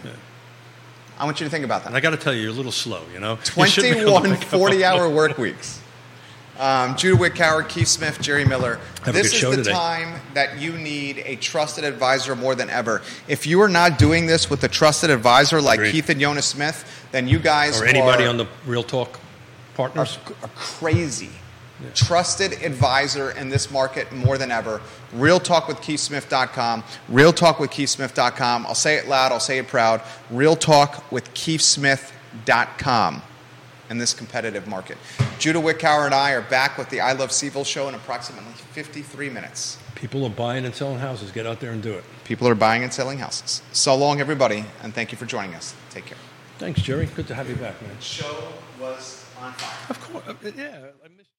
A: I want you to think about
B: And I
A: that.
B: got to tell you, you're a little slow, you know? You should be able to
A: 21
B: pick up
A: 40
B: on-
A: hour work weeks. Um, Judah Wickhauer, Keith Smith, Jerry Miller.
B: a
A: this
B: good
A: is
B: show
A: the
B: today.
A: time that you need a trusted advisor more than ever. If you are not doing this with a trusted advisor like
B: Agreed.
A: Keith and Jonas Smith, then you guys
B: Or anybody
A: are,
B: on the Real Talk
A: are,
B: partners.
A: are crazy. Trusted advisor in this market more than ever. RealTalkWithKeithSmith.com. RealTalkWithKeithSmith.com. I'll say it loud. I'll say it proud. RealTalkWithKeithSmith.com in this competitive market. Judah Wickhauer and I are back with the I Love Seville show in approximately 53 minutes.
B: People are buying and selling houses. Get out there and do it.
A: People are buying and selling houses. So long, everybody, and thank you for joining us. Take care.
B: Thanks, Jerry. Good to have you back, man.
A: Show was on fire.
B: Of course. uh, Yeah. I missed-